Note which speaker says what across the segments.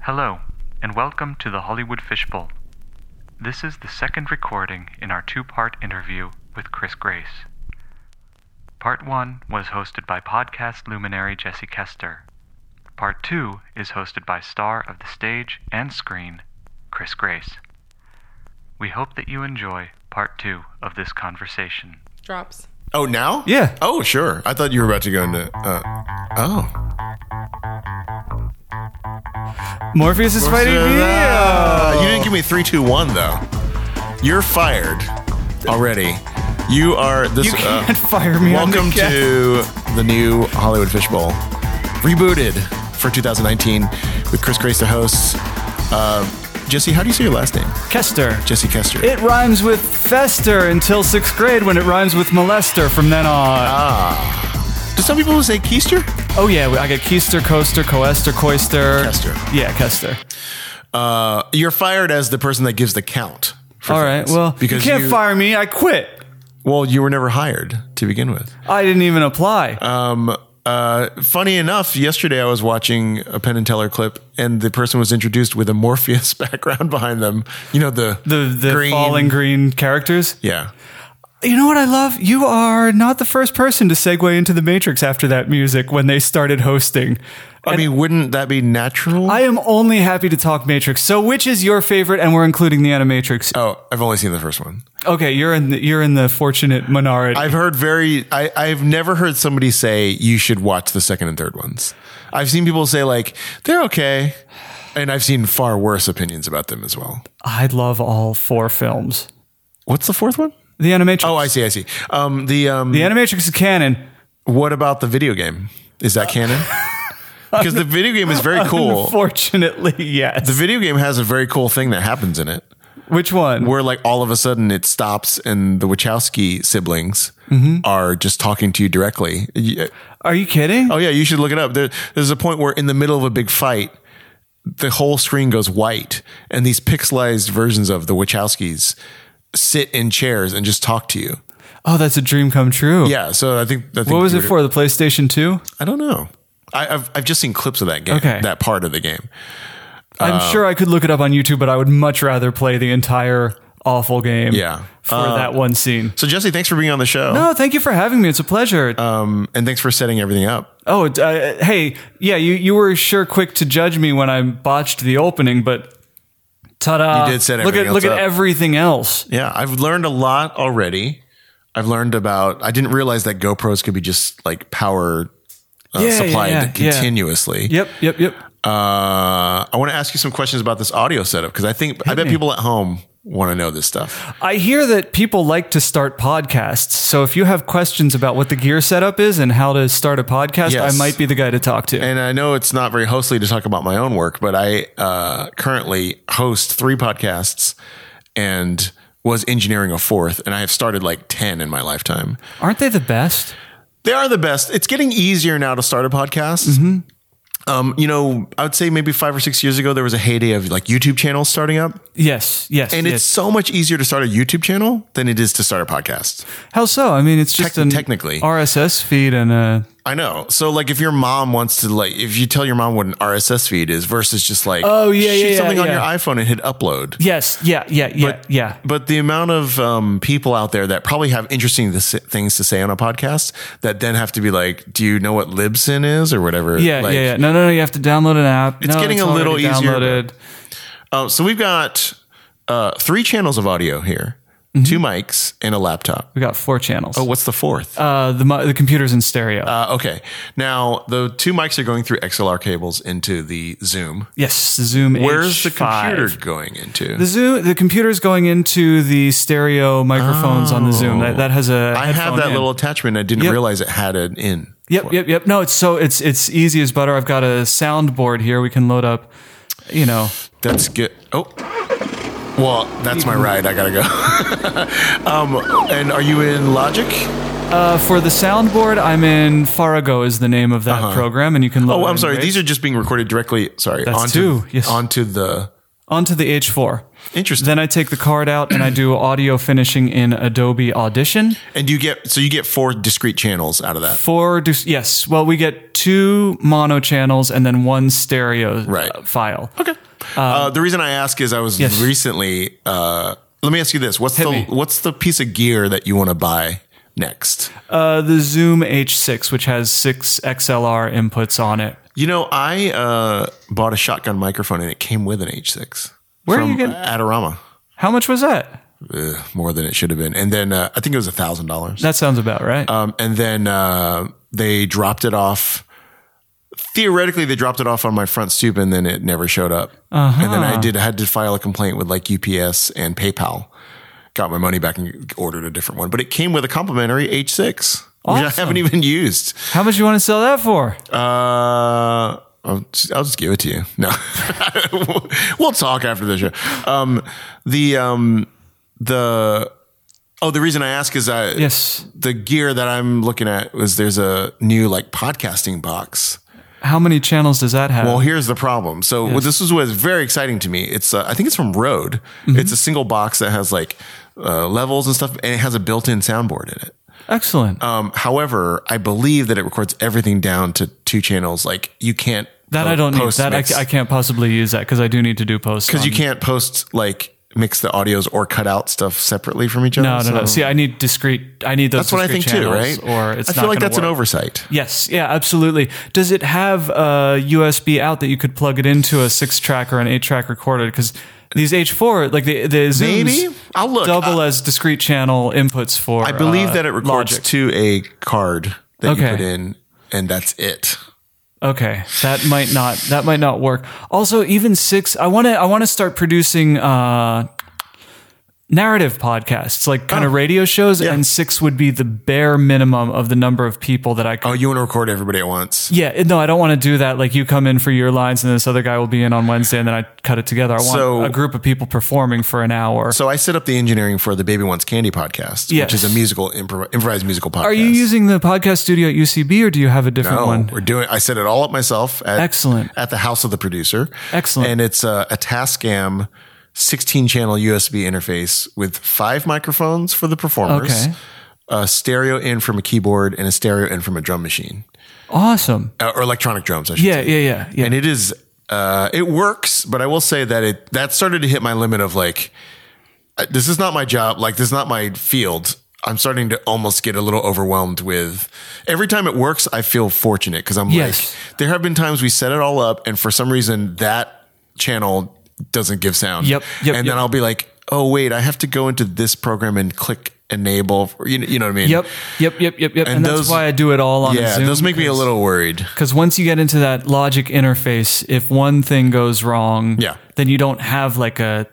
Speaker 1: Hello, and welcome to the Hollywood Fishbowl. This is the second recording in our two part interview with Chris Grace. Part 1 was hosted by podcast luminary Jesse Kester. Part 2 is hosted by star of the stage and screen, Chris Grace. We hope that you enjoy part 2 of this conversation.
Speaker 2: Drops.
Speaker 3: Oh, now?
Speaker 4: Yeah.
Speaker 3: Oh, sure. I thought you were about to go into. Uh, oh.
Speaker 4: Morpheus is fighting
Speaker 3: Uh,
Speaker 4: Neo.
Speaker 3: you didn't give me three, two, one though. You're fired already. You are this.
Speaker 4: You can't
Speaker 3: uh,
Speaker 4: fire me on the
Speaker 3: Welcome to the new Hollywood Fishbowl, rebooted for 2019 with Chris Grace, the host. Uh, Jesse, how do you say your last name?
Speaker 4: Kester.
Speaker 3: Jesse Kester.
Speaker 4: It rhymes with fester until sixth grade when it rhymes with molester from then on.
Speaker 3: Do some people say Keister?
Speaker 4: oh, yeah, I got keister, coaster, coester, coister.
Speaker 3: Kester.
Speaker 4: Yeah, Kester.
Speaker 3: Uh, you're fired as the person that gives the count. for
Speaker 4: All right,
Speaker 3: things.
Speaker 4: well,
Speaker 3: because
Speaker 4: you can't fire me. I quit.
Speaker 3: Well, you were never hired to begin with.
Speaker 4: I didn't even apply.
Speaker 3: Um, uh, funny enough, yesterday I was watching a Penn and Teller clip, and the person was introduced with a Morpheus background behind them. You know the
Speaker 4: the the falling green characters.
Speaker 3: Yeah,
Speaker 4: You know what I love? You are not the first person to segue into the Matrix after that music when they started hosting.
Speaker 3: I mean, wouldn't that be natural?
Speaker 4: I am only happy to talk Matrix. So, which is your favorite? And we're including the Animatrix.
Speaker 3: oh, I've only seen the first one.
Speaker 4: Okay, you're in the, you're in the fortunate minority.
Speaker 3: I've heard very. I, I've never heard somebody say you should watch the second and third ones. I've seen people say like they're okay, and I've seen far worse opinions about them as well.
Speaker 4: I love all four films.
Speaker 3: What's the fourth one?
Speaker 4: The Animatrix.
Speaker 3: Oh, I see. I see. Um, the um,
Speaker 4: the Animatrix is canon.
Speaker 3: What about the video game? Is that canon? Because the video game is very cool.
Speaker 4: Fortunately, yes.
Speaker 3: The video game has a very cool thing that happens in it,
Speaker 4: which one?
Speaker 3: where like all of a sudden it stops, and the Wachowski siblings
Speaker 4: Mm-hmm.
Speaker 3: are just talking to you directly. Y-
Speaker 4: Are you kidding?
Speaker 3: Oh yeah, you should look it up. There, there's a point where in the middle of a big fight, the whole screen goes white, and these pixelized versions of the Wachowskis sit in chairs and just talk to you.
Speaker 4: Oh, that's a dream come true.
Speaker 3: Yeah, so I think, I think
Speaker 4: What was
Speaker 3: you
Speaker 4: it
Speaker 3: were-
Speaker 4: for? The PlayStation Two?
Speaker 3: I don't know. I, I've I've just seen clips of that game,
Speaker 4: Okay.
Speaker 3: that part of the game. Uh,
Speaker 4: I'm sure I could look it up on YouTube, but I would much rather play the entire awful game.
Speaker 3: Yeah. Uh,
Speaker 4: For that one scene.
Speaker 3: So Jesse, thanks for being on the show,
Speaker 4: No, thank you for having me. It's a pleasure.
Speaker 3: and thanks for setting everything up.
Speaker 4: Oh, uh, hey, yeah, you, you were sure quick to judge me when I botched the opening, but ta-da!
Speaker 3: You did set
Speaker 4: look at
Speaker 3: everything
Speaker 4: look
Speaker 3: else
Speaker 4: at
Speaker 3: up.
Speaker 4: everything else.
Speaker 3: Yeah, I've learned a lot already. I've learned about. I didn't realize that GoPros could be just like power uh,
Speaker 4: Yeah, yeah,
Speaker 3: supplied
Speaker 4: yeah, yeah.
Speaker 3: continuously.
Speaker 4: Yep, yep, yep.
Speaker 3: Uh, I want to ask you some questions about this audio setup because I think I bet people at home want to know this stuff.
Speaker 4: I hear that people like to start podcasts, so if you have questions about what the gear setup is and how to start a podcast,
Speaker 3: Yes.
Speaker 4: I might be the guy to talk to.
Speaker 3: And I know it's not very hostly to talk about my own work, but I uh, currently host three podcasts and was engineering a fourth, and I have started like ten in my lifetime.
Speaker 4: Aren't they the best?
Speaker 3: They are the best. It's getting easier now to start a podcast.
Speaker 4: Mm-hmm.
Speaker 3: Um, you know, I would say maybe five or six years ago, there was a heyday of like YouTube channels starting up,
Speaker 4: Yes, yes.
Speaker 3: and
Speaker 4: yes.
Speaker 3: it's so much easier to start a YouTube channel than it is to start a podcast.
Speaker 4: how so? I mean, it's just
Speaker 3: Tec-
Speaker 4: an
Speaker 3: technically.
Speaker 4: RSS feed and uh,
Speaker 3: I know. So, like, if your mom wants to, like, if you tell your mom what an RSS feed is versus just like,
Speaker 4: Oh, yeah,
Speaker 3: shoot
Speaker 4: yeah, yeah,
Speaker 3: something on
Speaker 4: yeah.
Speaker 3: your iPhone and hit upload.
Speaker 4: yes, yeah, yeah, yeah, yeah.
Speaker 3: But the amount of um, people out there that probably have interesting th- things to say on a podcast that then have to be like, do you know what Libsyn is or whatever?
Speaker 4: Yeah,
Speaker 3: Like,
Speaker 4: yeah, yeah. No, no, no. You have to download an app.
Speaker 3: It's
Speaker 4: No,
Speaker 3: getting a little
Speaker 4: already
Speaker 3: easier,
Speaker 4: downloaded.
Speaker 3: Uh, so we've got uh, three channels of audio here, two mics and a laptop.
Speaker 4: We got four channels. Oh,
Speaker 3: What's the fourth?
Speaker 4: uh, the mi- the computer's in stereo.
Speaker 3: Uh, okay. Now the two mics are going through XLR cables into the Zoom.
Speaker 4: yes, the Zoom.
Speaker 3: Where's the
Speaker 4: H5.
Speaker 3: computer going into?
Speaker 4: The Zoom. The computer's going into the stereo microphones on the Zoom. That, that has a.
Speaker 3: Oh. I have
Speaker 4: headphone
Speaker 3: that
Speaker 4: in.
Speaker 3: little attachment. I didn't
Speaker 4: Yep.
Speaker 3: realize it had an in.
Speaker 4: Yep, yep, yep. No, it's so it's it's easy as butter. I've got a soundboard here. We can load up. You know,
Speaker 3: That's good. Oh. Well, that's my ride. I gotta go. um, and are you in Logic?
Speaker 4: uh, for the soundboard, I'm in Farago is the name of that program, and you can. Load
Speaker 3: Uh-huh. Oh,
Speaker 4: it
Speaker 3: I'm
Speaker 4: in
Speaker 3: sorry.
Speaker 4: rates.
Speaker 3: These are just being recorded directly. Sorry,
Speaker 4: That's
Speaker 3: onto
Speaker 4: two, yes.
Speaker 3: onto the
Speaker 4: onto the H4.
Speaker 3: Interesting.
Speaker 4: Then I take the card out and I do audio finishing in Adobe Audition.
Speaker 3: and you get so you get four discrete channels out of that.
Speaker 4: Four, dis- yes. Well, we get two mono channels and then one stereo
Speaker 3: Right.
Speaker 4: uh, file.
Speaker 3: Okay. uh, the reason I ask is I was
Speaker 4: Yes.
Speaker 3: recently. Uh, let me ask you this: What's the
Speaker 4: me.
Speaker 3: what's the piece of gear that you want to buy next?
Speaker 4: Uh, the Zoom H6, which has six XLR inputs on it.
Speaker 3: You know, I uh, bought a shotgun microphone and it came with an H6.
Speaker 4: Where are
Speaker 3: from
Speaker 4: you getting-
Speaker 3: Adorama?
Speaker 4: How much was that?
Speaker 3: Ugh, more than it should have been, and then uh, I think it was a thousand dollars.
Speaker 4: That sounds about right.
Speaker 3: Um, and then uh, they dropped it off. Theoretically, they dropped it off on my front stoop, and then it never showed up. And then I did I had to file a complaint with like UPS and PayPal. Got my money back and ordered a different one, but it came with a complimentary H6, which I
Speaker 4: Awesome.
Speaker 3: haven't even used.
Speaker 4: How much you want to sell that for?
Speaker 3: Uh, I'll, just, I'll just give it to you. No, we'll talk after the show. Um, the um, the oh, the reason I ask is I
Speaker 4: Yes.
Speaker 3: the gear that I'm looking at was there's a new like podcasting box.
Speaker 4: How many channels does that have?
Speaker 3: Well, here's the problem. So well, this is what's very exciting to me. It's uh, I think it's from Rode.
Speaker 4: Mm-hmm.
Speaker 3: It's a single box that has like uh, levels and stuff, and it has a built-in soundboard in it.
Speaker 4: Excellent.
Speaker 3: Um, however, I believe that it records everything down to two channels. Like you can't
Speaker 4: that I
Speaker 3: uh,
Speaker 4: don't need.
Speaker 3: post
Speaker 4: That I,
Speaker 3: mix.
Speaker 4: I um, can't possibly use that because I do need to do posts.
Speaker 3: because you
Speaker 4: on-
Speaker 3: can't post like mix the audios or cut out stuff separately from each other.
Speaker 4: No, no, no.
Speaker 3: so-
Speaker 4: See, I need discrete. I need those.
Speaker 3: that's what I think
Speaker 4: discrete
Speaker 3: too, right?
Speaker 4: channels, Or it's
Speaker 3: I feel
Speaker 4: not
Speaker 3: like
Speaker 4: gonna
Speaker 3: that's an
Speaker 4: work.
Speaker 3: oversight.
Speaker 4: Yes, yeah, absolutely. Does it have a USB out that you could plug it into a six track or an eight track recorder? Because these H4, like the, the Zooms
Speaker 3: Maybe? I'll look.
Speaker 4: double as discrete channel inputs for.
Speaker 3: I believe
Speaker 4: uh,
Speaker 3: that it records
Speaker 4: Logic.
Speaker 3: to a card that you
Speaker 4: Okay.
Speaker 3: put in, and that's it.
Speaker 4: Okay, that might not that might not work. Also, even six, I want to I want to start producing uh, narrative podcasts, like kind
Speaker 3: Oh.
Speaker 4: of radio shows, and six would be the bare minimum of the number of people that I could
Speaker 3: Oh, you want to record everybody at once?
Speaker 4: Yeah, it- no, I don't want to do that. Like you come in for your lines, and this other guy will be in on Wednesday, and then I cut it together. I want
Speaker 3: So-
Speaker 4: a group of people performing for an hour.
Speaker 3: So I set up the engineering for the Baby Wants Candy podcast,
Speaker 4: Yes.
Speaker 3: which is a musical improv- improvised musical podcast.
Speaker 4: Are you using the podcast studio at UCB, or do you have a different
Speaker 3: No,
Speaker 4: one?
Speaker 3: we're doing. I set it all up myself. At,
Speaker 4: Excellent.
Speaker 3: At the house of the producer.
Speaker 4: Excellent.
Speaker 3: And it's a, a Tascam 16 channel USB interface with five microphones for the performers,
Speaker 4: Okay.
Speaker 3: a stereo in from a keyboard, and a stereo in from a drum machine
Speaker 4: Awesome.
Speaker 3: uh, or electronic drums. I should
Speaker 4: Yeah,
Speaker 3: say.
Speaker 4: yeah, yeah, yeah.
Speaker 3: and it is uh, it works but i will say that it that started to hit my limit of like uh, this is not my job like this is not my field i'm starting to almost get a little overwhelmed with every time it works i feel fortunate because i'm
Speaker 4: Yes.
Speaker 3: like there have been times we set it all up and for some reason that channel doesn't give sound
Speaker 4: Yep, yep,
Speaker 3: and
Speaker 4: yep.
Speaker 3: then i'll be like oh wait i have to go into this program and click enable for, you, know, you know what i mean
Speaker 4: Yep, yep, yep, yep, yep. And,
Speaker 3: And
Speaker 4: that's
Speaker 3: those-
Speaker 4: why I do it all on
Speaker 3: yeah
Speaker 4: Zoom.
Speaker 3: those make me a little worried
Speaker 4: Because once you get into that logic interface, if one thing goes wrong,
Speaker 3: Yeah.
Speaker 4: then you don't have like a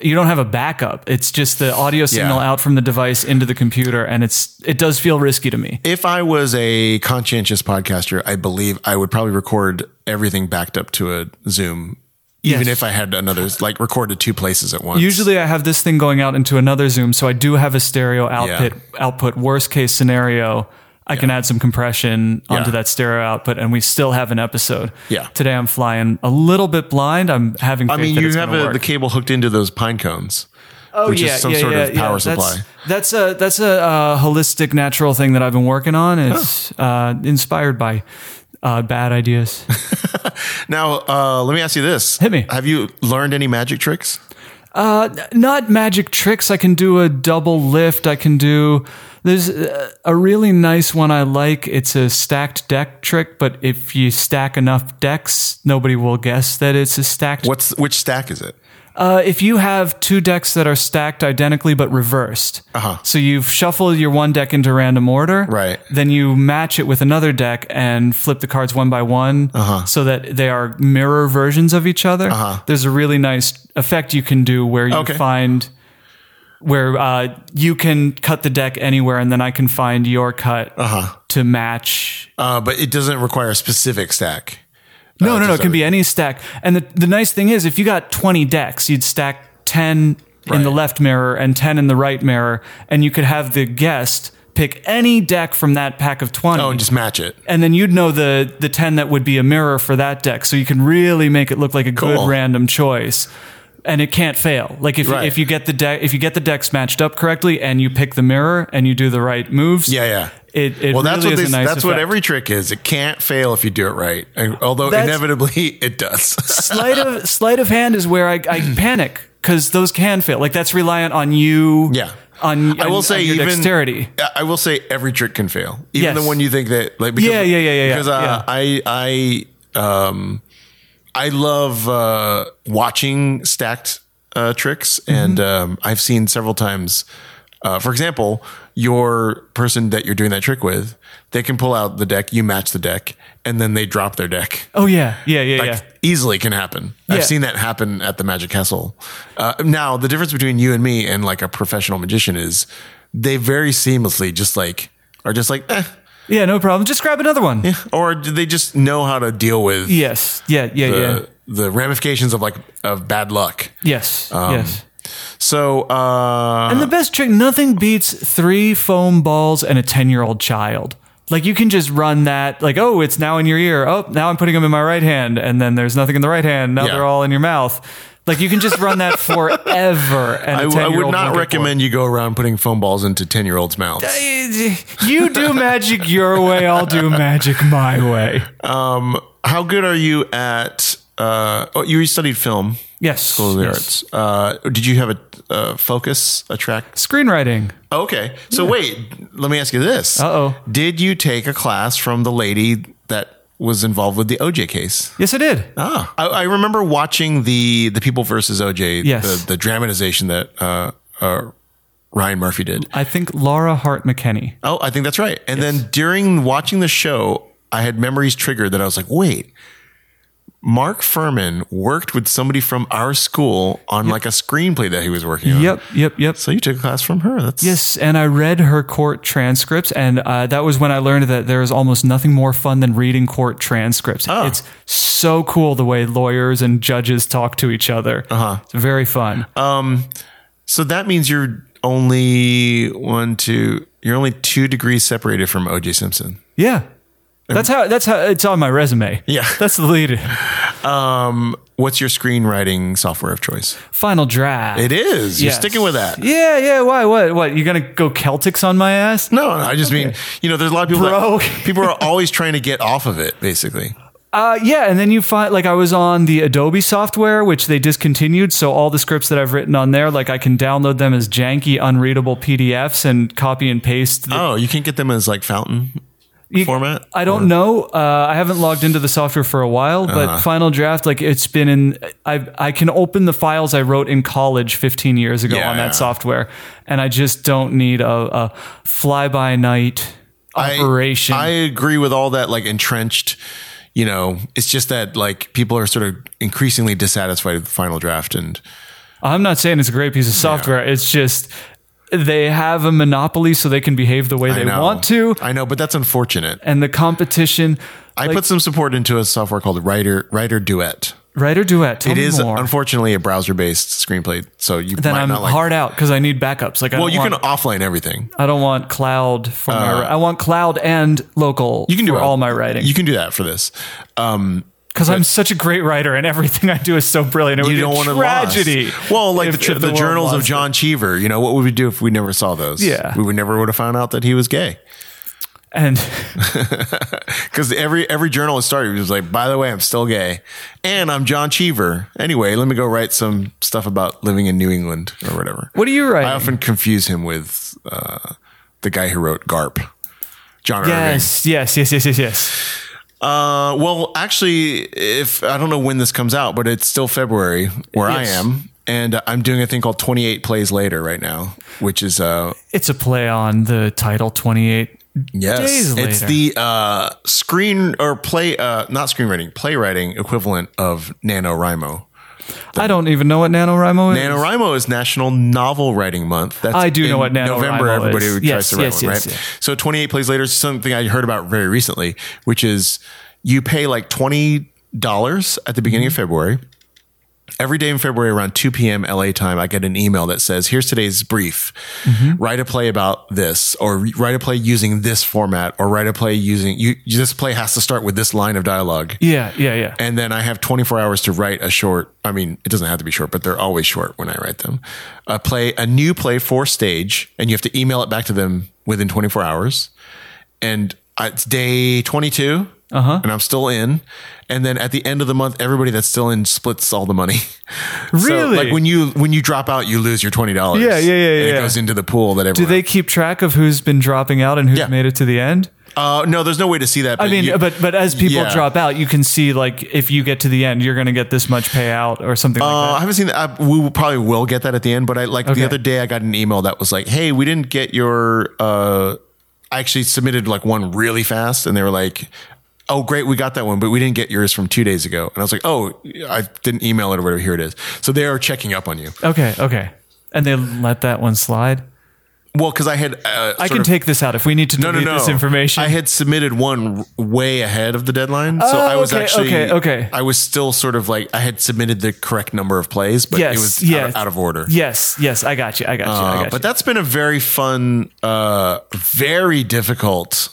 Speaker 4: you don't have a backup. It's just the audio signal
Speaker 3: Yeah.
Speaker 4: out from the device into the computer, and it's it does feel risky to me.
Speaker 3: if I was a conscientious podcaster, I believe I would probably record everything backed up to a Zoom, even
Speaker 4: Yes.
Speaker 3: if I had another, like recorded two places at once.
Speaker 4: Usually, I have this thing going out into another Zoom, so I do have a stereo output. Output worst case scenario, I can add some compression
Speaker 3: Yeah.
Speaker 4: onto that stereo output, and we still have an episode.
Speaker 3: Yeah.
Speaker 4: Today, I'm flying a little bit blind. I'm having. Faith
Speaker 3: I mean,
Speaker 4: that
Speaker 3: you
Speaker 4: it's
Speaker 3: have
Speaker 4: gonna
Speaker 3: a,
Speaker 4: work.
Speaker 3: the cable hooked into those pine cones, oh, which is some sort of power supply.
Speaker 4: That's, that's a that's a uh, holistic natural thing that I've been working on. It's uh, inspired by uh, bad ideas.
Speaker 3: Now, uh, let me ask you this:
Speaker 4: Hit me.
Speaker 3: Have you learned any magic tricks?
Speaker 4: Uh, Not magic tricks. I can do a double lift. I can do. There's uh, a really nice one I like. It's a stacked deck trick, but if you stack enough decks, nobody will guess that it's a stacked
Speaker 3: What's which stack is it?
Speaker 4: Uh, if you have two decks that are stacked identically but reversed,
Speaker 3: Uh-huh.
Speaker 4: so you shuffle your one deck into random order,
Speaker 3: Right.
Speaker 4: Then you match it with another deck and flip the cards one by one, uh-huh. so that they are mirror versions of each other. Uh-huh. There's a really nice effect you can do where you
Speaker 3: Okay.
Speaker 4: find where uh, you can cut the deck anywhere, and then I can find your cut
Speaker 3: Uh-huh.
Speaker 4: to match
Speaker 3: Uh, but it doesn't require a specific stack.
Speaker 4: no,
Speaker 3: Uh,
Speaker 4: no, no. It
Speaker 3: just
Speaker 4: can
Speaker 3: a-
Speaker 4: be any stack. And the, the nice thing is, if you got 20 decks, you'd stack 10 in the
Speaker 3: Right.
Speaker 4: left mirror and 10 in the right mirror, and you could have the guest pick any deck from that pack of 20
Speaker 3: Oh, and just match it.
Speaker 4: and then you'd know the the 10 that would be a mirror for that deck so you can really make it look like a
Speaker 3: Cool.
Speaker 4: good random choice and it can't fail like if
Speaker 3: Right.
Speaker 4: if you get the deck if you get the decks matched up correctly and you pick the mirror and you do the right moves
Speaker 3: Yeah, yeah.
Speaker 4: it, it
Speaker 3: well,
Speaker 4: really
Speaker 3: that's what
Speaker 4: is
Speaker 3: they,
Speaker 4: a nice
Speaker 3: that's what
Speaker 4: effect.
Speaker 3: every trick is. It can't fail if you do it right. And- although
Speaker 4: That's-
Speaker 3: inevitably it does.
Speaker 4: sleight of sleight of hand is where I, I panic because those can fail. Like that's reliant on you.
Speaker 3: Yeah.
Speaker 4: On
Speaker 3: I will
Speaker 4: on
Speaker 3: say
Speaker 4: your
Speaker 3: even
Speaker 4: dexterity.
Speaker 3: I will say every trick can fail, even
Speaker 4: Yes.
Speaker 3: the one you think that like because,
Speaker 4: Yeah, yeah, yeah, yeah, yeah.
Speaker 3: Because uh, I I um I love uh, watching stacked uh, tricks,
Speaker 4: Mm-hmm.
Speaker 3: and um, I've seen several times. Uh, for example, your person that you're doing that trick with, they can pull out the deck, you match the deck, and then they drop their deck.
Speaker 4: Oh yeah, yeah, yeah,
Speaker 3: like
Speaker 4: yeah.
Speaker 3: easily can happen.
Speaker 4: Yeah.
Speaker 3: I've seen that happen at the Magic Castle. Uh, now the difference between you and me and like a professional magician is they very seamlessly just like are just like eh,
Speaker 4: Yeah, no problem. Just grab another one.
Speaker 3: or do they just know how to deal with
Speaker 4: Yes. Yeah. Yeah.
Speaker 3: the,
Speaker 4: yeah.
Speaker 3: the ramifications of like of bad luck.
Speaker 4: Yes.
Speaker 3: um,
Speaker 4: yes.
Speaker 3: So uh,
Speaker 4: And the best trick, nothing beats three foam balls and a ten-year-old child. Like you can just run that. Like oh, it's now in your ear. Oh, now I'm putting them in my right hand, and then there's nothing in the right hand. Now
Speaker 3: Yeah.
Speaker 4: they're all in your mouth. Like you can just run that forever. And
Speaker 3: I,
Speaker 4: a
Speaker 3: I
Speaker 4: 10-year-old
Speaker 3: would
Speaker 4: won't
Speaker 3: not
Speaker 4: get bored.
Speaker 3: recommend you go around putting foam balls into ten year olds' mouths.
Speaker 4: you do magic your way, I'll do magic my way.
Speaker 3: Um, how good are you at? Uh, oh, you studied film.
Speaker 4: Yes.
Speaker 3: School of the
Speaker 4: yes.
Speaker 3: Arts. Uh, did you have a, a focus, a track?
Speaker 4: Screenwriting.
Speaker 3: Okay. So wait, let me ask you this.
Speaker 4: Uh-oh.
Speaker 3: Did you take a class from the lady that was involved with the OJ case?
Speaker 4: Yes, I did.
Speaker 3: Ah, I, I remember watching the the People versus OJ,
Speaker 4: Yes.
Speaker 3: the, the dramatization that uh, uh, Ryan Murphy did.
Speaker 4: I think Laura Hart McKenney.
Speaker 3: Oh, I think that's right. And then during watching the show, I had memories triggered that I was like, wait, Mark Furman worked with somebody from our school on like a screenplay that he was working on.
Speaker 4: Yep, yep, yep.
Speaker 3: So you took a class from her. That's
Speaker 4: Yes, and I read her court transcripts, and uh, that was when I learned that there is almost nothing more fun than reading court transcripts.
Speaker 3: Ah.
Speaker 4: It's so cool the way lawyers and judges talk to each other. Uh-huh. It's very fun.
Speaker 3: Uh, So that means you're only one, two, you're only two degrees separated from OJ Simpson.
Speaker 4: yeah, that's how. That's how it's on my resume.
Speaker 3: Yeah.
Speaker 4: that's the lead.
Speaker 3: What's your screenwriting software of choice?
Speaker 4: Final draft.
Speaker 3: It is. You're
Speaker 4: Yes.
Speaker 3: sticking with that.
Speaker 4: Yeah, yeah. Why? What? What? You gonna go Celtics on my ass?
Speaker 3: No, no, I just mean, you know, there's a lot of people
Speaker 4: Bro.
Speaker 3: that people are always trying to get off of it, basically.
Speaker 4: Uh, yeah. And then you find like I was on the Adobe software, which they discontinued. So all the scripts that I've written on there, like I can download them as janky, unreadable PDFs and copy and paste. The,
Speaker 3: Oh, you can't get them as like fountain
Speaker 4: You-
Speaker 3: Uh, format?
Speaker 4: I don't know. Uh, I haven't logged into the software for a while, but
Speaker 3: Uh-huh.
Speaker 4: Final Draft, like it's been in. I I can open the files I wrote in college 15 years ago
Speaker 3: Yeah,
Speaker 4: on
Speaker 3: yeah.
Speaker 4: that software, and I just don't need a, a fly by night
Speaker 3: I-
Speaker 4: operation.
Speaker 3: I, agree with all that, like entrenched. You know, it's just that like people are sort of increasingly dissatisfied with the final draft, and
Speaker 4: I'm not saying it's a great piece of software. It's just they have a monopoly, so they can behave the way
Speaker 3: I
Speaker 4: they
Speaker 3: know.
Speaker 4: want to,
Speaker 3: I know, but that's unfortunate.
Speaker 4: and the competition.
Speaker 3: I put some support into a software called Writer Writer Duet.
Speaker 4: Writer duet. Tell
Speaker 3: It
Speaker 4: me
Speaker 3: is
Speaker 4: more.
Speaker 3: unfortunately a browser based screenplay, so you
Speaker 4: then
Speaker 3: might
Speaker 4: I'm
Speaker 3: not like.
Speaker 4: hard out because I need backups. Like I
Speaker 3: well,
Speaker 4: don't
Speaker 3: you
Speaker 4: want,
Speaker 3: can offline everything.
Speaker 4: I don't want cloud for my. I want cloud and local.
Speaker 3: You can do
Speaker 4: for
Speaker 3: it.
Speaker 4: all my writing
Speaker 3: You can do that for this. Um,
Speaker 4: because I'm such a great writer and everything I do is so brilliant. It would
Speaker 3: you
Speaker 4: be
Speaker 3: don't
Speaker 4: a
Speaker 3: want to
Speaker 4: tragedy.
Speaker 3: Well, like
Speaker 4: if-
Speaker 3: the,
Speaker 4: if
Speaker 3: the,
Speaker 4: world
Speaker 3: journals of
Speaker 4: lost it.
Speaker 3: John Cheever. You know, what would we do if we never saw those?
Speaker 4: Yeah.
Speaker 3: we would never would have found out that he was gay.
Speaker 4: and
Speaker 3: Because every every journal that started was like, by the way, I'm still gay, and I'm John Cheever. Anyway, let me go write some stuff about living in New England or whatever.
Speaker 4: what are you writing?
Speaker 3: I often confuse him with uh, the guy who wrote Garp, John
Speaker 4: yes, yes, yes, yes, yes, yes.
Speaker 3: Irving. Uh, well, actually, if I don't know when this comes out, but it's still February where
Speaker 4: Yes.
Speaker 3: I am, and uh, I'm doing a thing called 28 Plays Later right now, which is uh,
Speaker 4: It's a play on the title 28
Speaker 3: yes,
Speaker 4: Days
Speaker 3: it's
Speaker 4: Later.
Speaker 3: the uh, screen or play uh, not screenwriting, playwriting equivalent of NaNoWriMo.
Speaker 4: I don't even know what NaNoWriMo is.
Speaker 3: NaNoWriMo is National Novel Writing Month. That's
Speaker 4: I do know
Speaker 3: in
Speaker 4: what NaNoWriMo
Speaker 3: November,
Speaker 4: is.
Speaker 3: everybody who
Speaker 4: Yes,
Speaker 3: tries to write
Speaker 4: yes,
Speaker 3: one,
Speaker 4: yes,
Speaker 3: right?
Speaker 4: yes.
Speaker 3: So 28 Plays Later is something I heard about very recently,
Speaker 4: Mm-hmm.
Speaker 3: which is you pay like $20 at the beginning of February. every day in February around 2 p.m. LA time, I get an email that says, here's today's brief.
Speaker 4: Mm-hmm.
Speaker 3: Write a play about this or write a play using this format or write a play using you. This play has to start with this line of dialogue.
Speaker 4: Yeah, yeah, yeah.
Speaker 3: And then I have 24 hours to write a short. I mean, it doesn't have to be short, but they're always short when I write them. A play, a new play for stage, and you have to email it back to them within 24 hours. And uh, it's day 22, uh-huh. and I'm still in. And then at the end of the month, everybody that's still in splits all the money. So,
Speaker 4: Really?
Speaker 3: like when you when you drop out, you lose your twenty dollars.
Speaker 4: Yeah, yeah, yeah,
Speaker 3: And
Speaker 4: yeah.
Speaker 3: it goes into the pool that
Speaker 4: Do
Speaker 3: everyone.
Speaker 4: they keep track of who's been dropping out and who's
Speaker 3: Yeah.
Speaker 4: made it to the end?
Speaker 3: Uh, no, there's no way to see that.
Speaker 4: I mean,
Speaker 3: you-
Speaker 4: but but as people
Speaker 3: yeah.
Speaker 4: drop out, you can see like if you get to the end, you're going to get this much payout or something like
Speaker 3: Uh, I haven't seen that. I, we will- probably will get that at the end, but I like
Speaker 4: Okay.
Speaker 3: the other day I got an email that was like, "Hey, we didn't get your." Uh, I actually submitted like one really fast, and they were like, "Oh, great, we got that one, but we didn't get yours from two days ago." And I was like, "Oh, I didn't email it or whatever. Here it is." So they are checking up on you.
Speaker 4: that. Okay, okay. And they let that one slide.
Speaker 3: Well, because I had uh,
Speaker 4: I
Speaker 3: sort
Speaker 4: can
Speaker 3: of-
Speaker 4: take this out if we need to
Speaker 3: no,
Speaker 4: delete
Speaker 3: no, no.
Speaker 4: this information.
Speaker 3: I had submitted one r- way ahead of the deadline, so I was
Speaker 4: Oh, okay,
Speaker 3: actually
Speaker 4: okay, okay.
Speaker 3: I was still sort of like I had submitted the correct number of plays, but
Speaker 4: yes,
Speaker 3: it was out,
Speaker 4: yes.
Speaker 3: of, out of order.
Speaker 4: Yes, yes. I got you. I got you. I
Speaker 3: Uh,
Speaker 4: got you.
Speaker 3: but that's been a very fun, uh, very difficult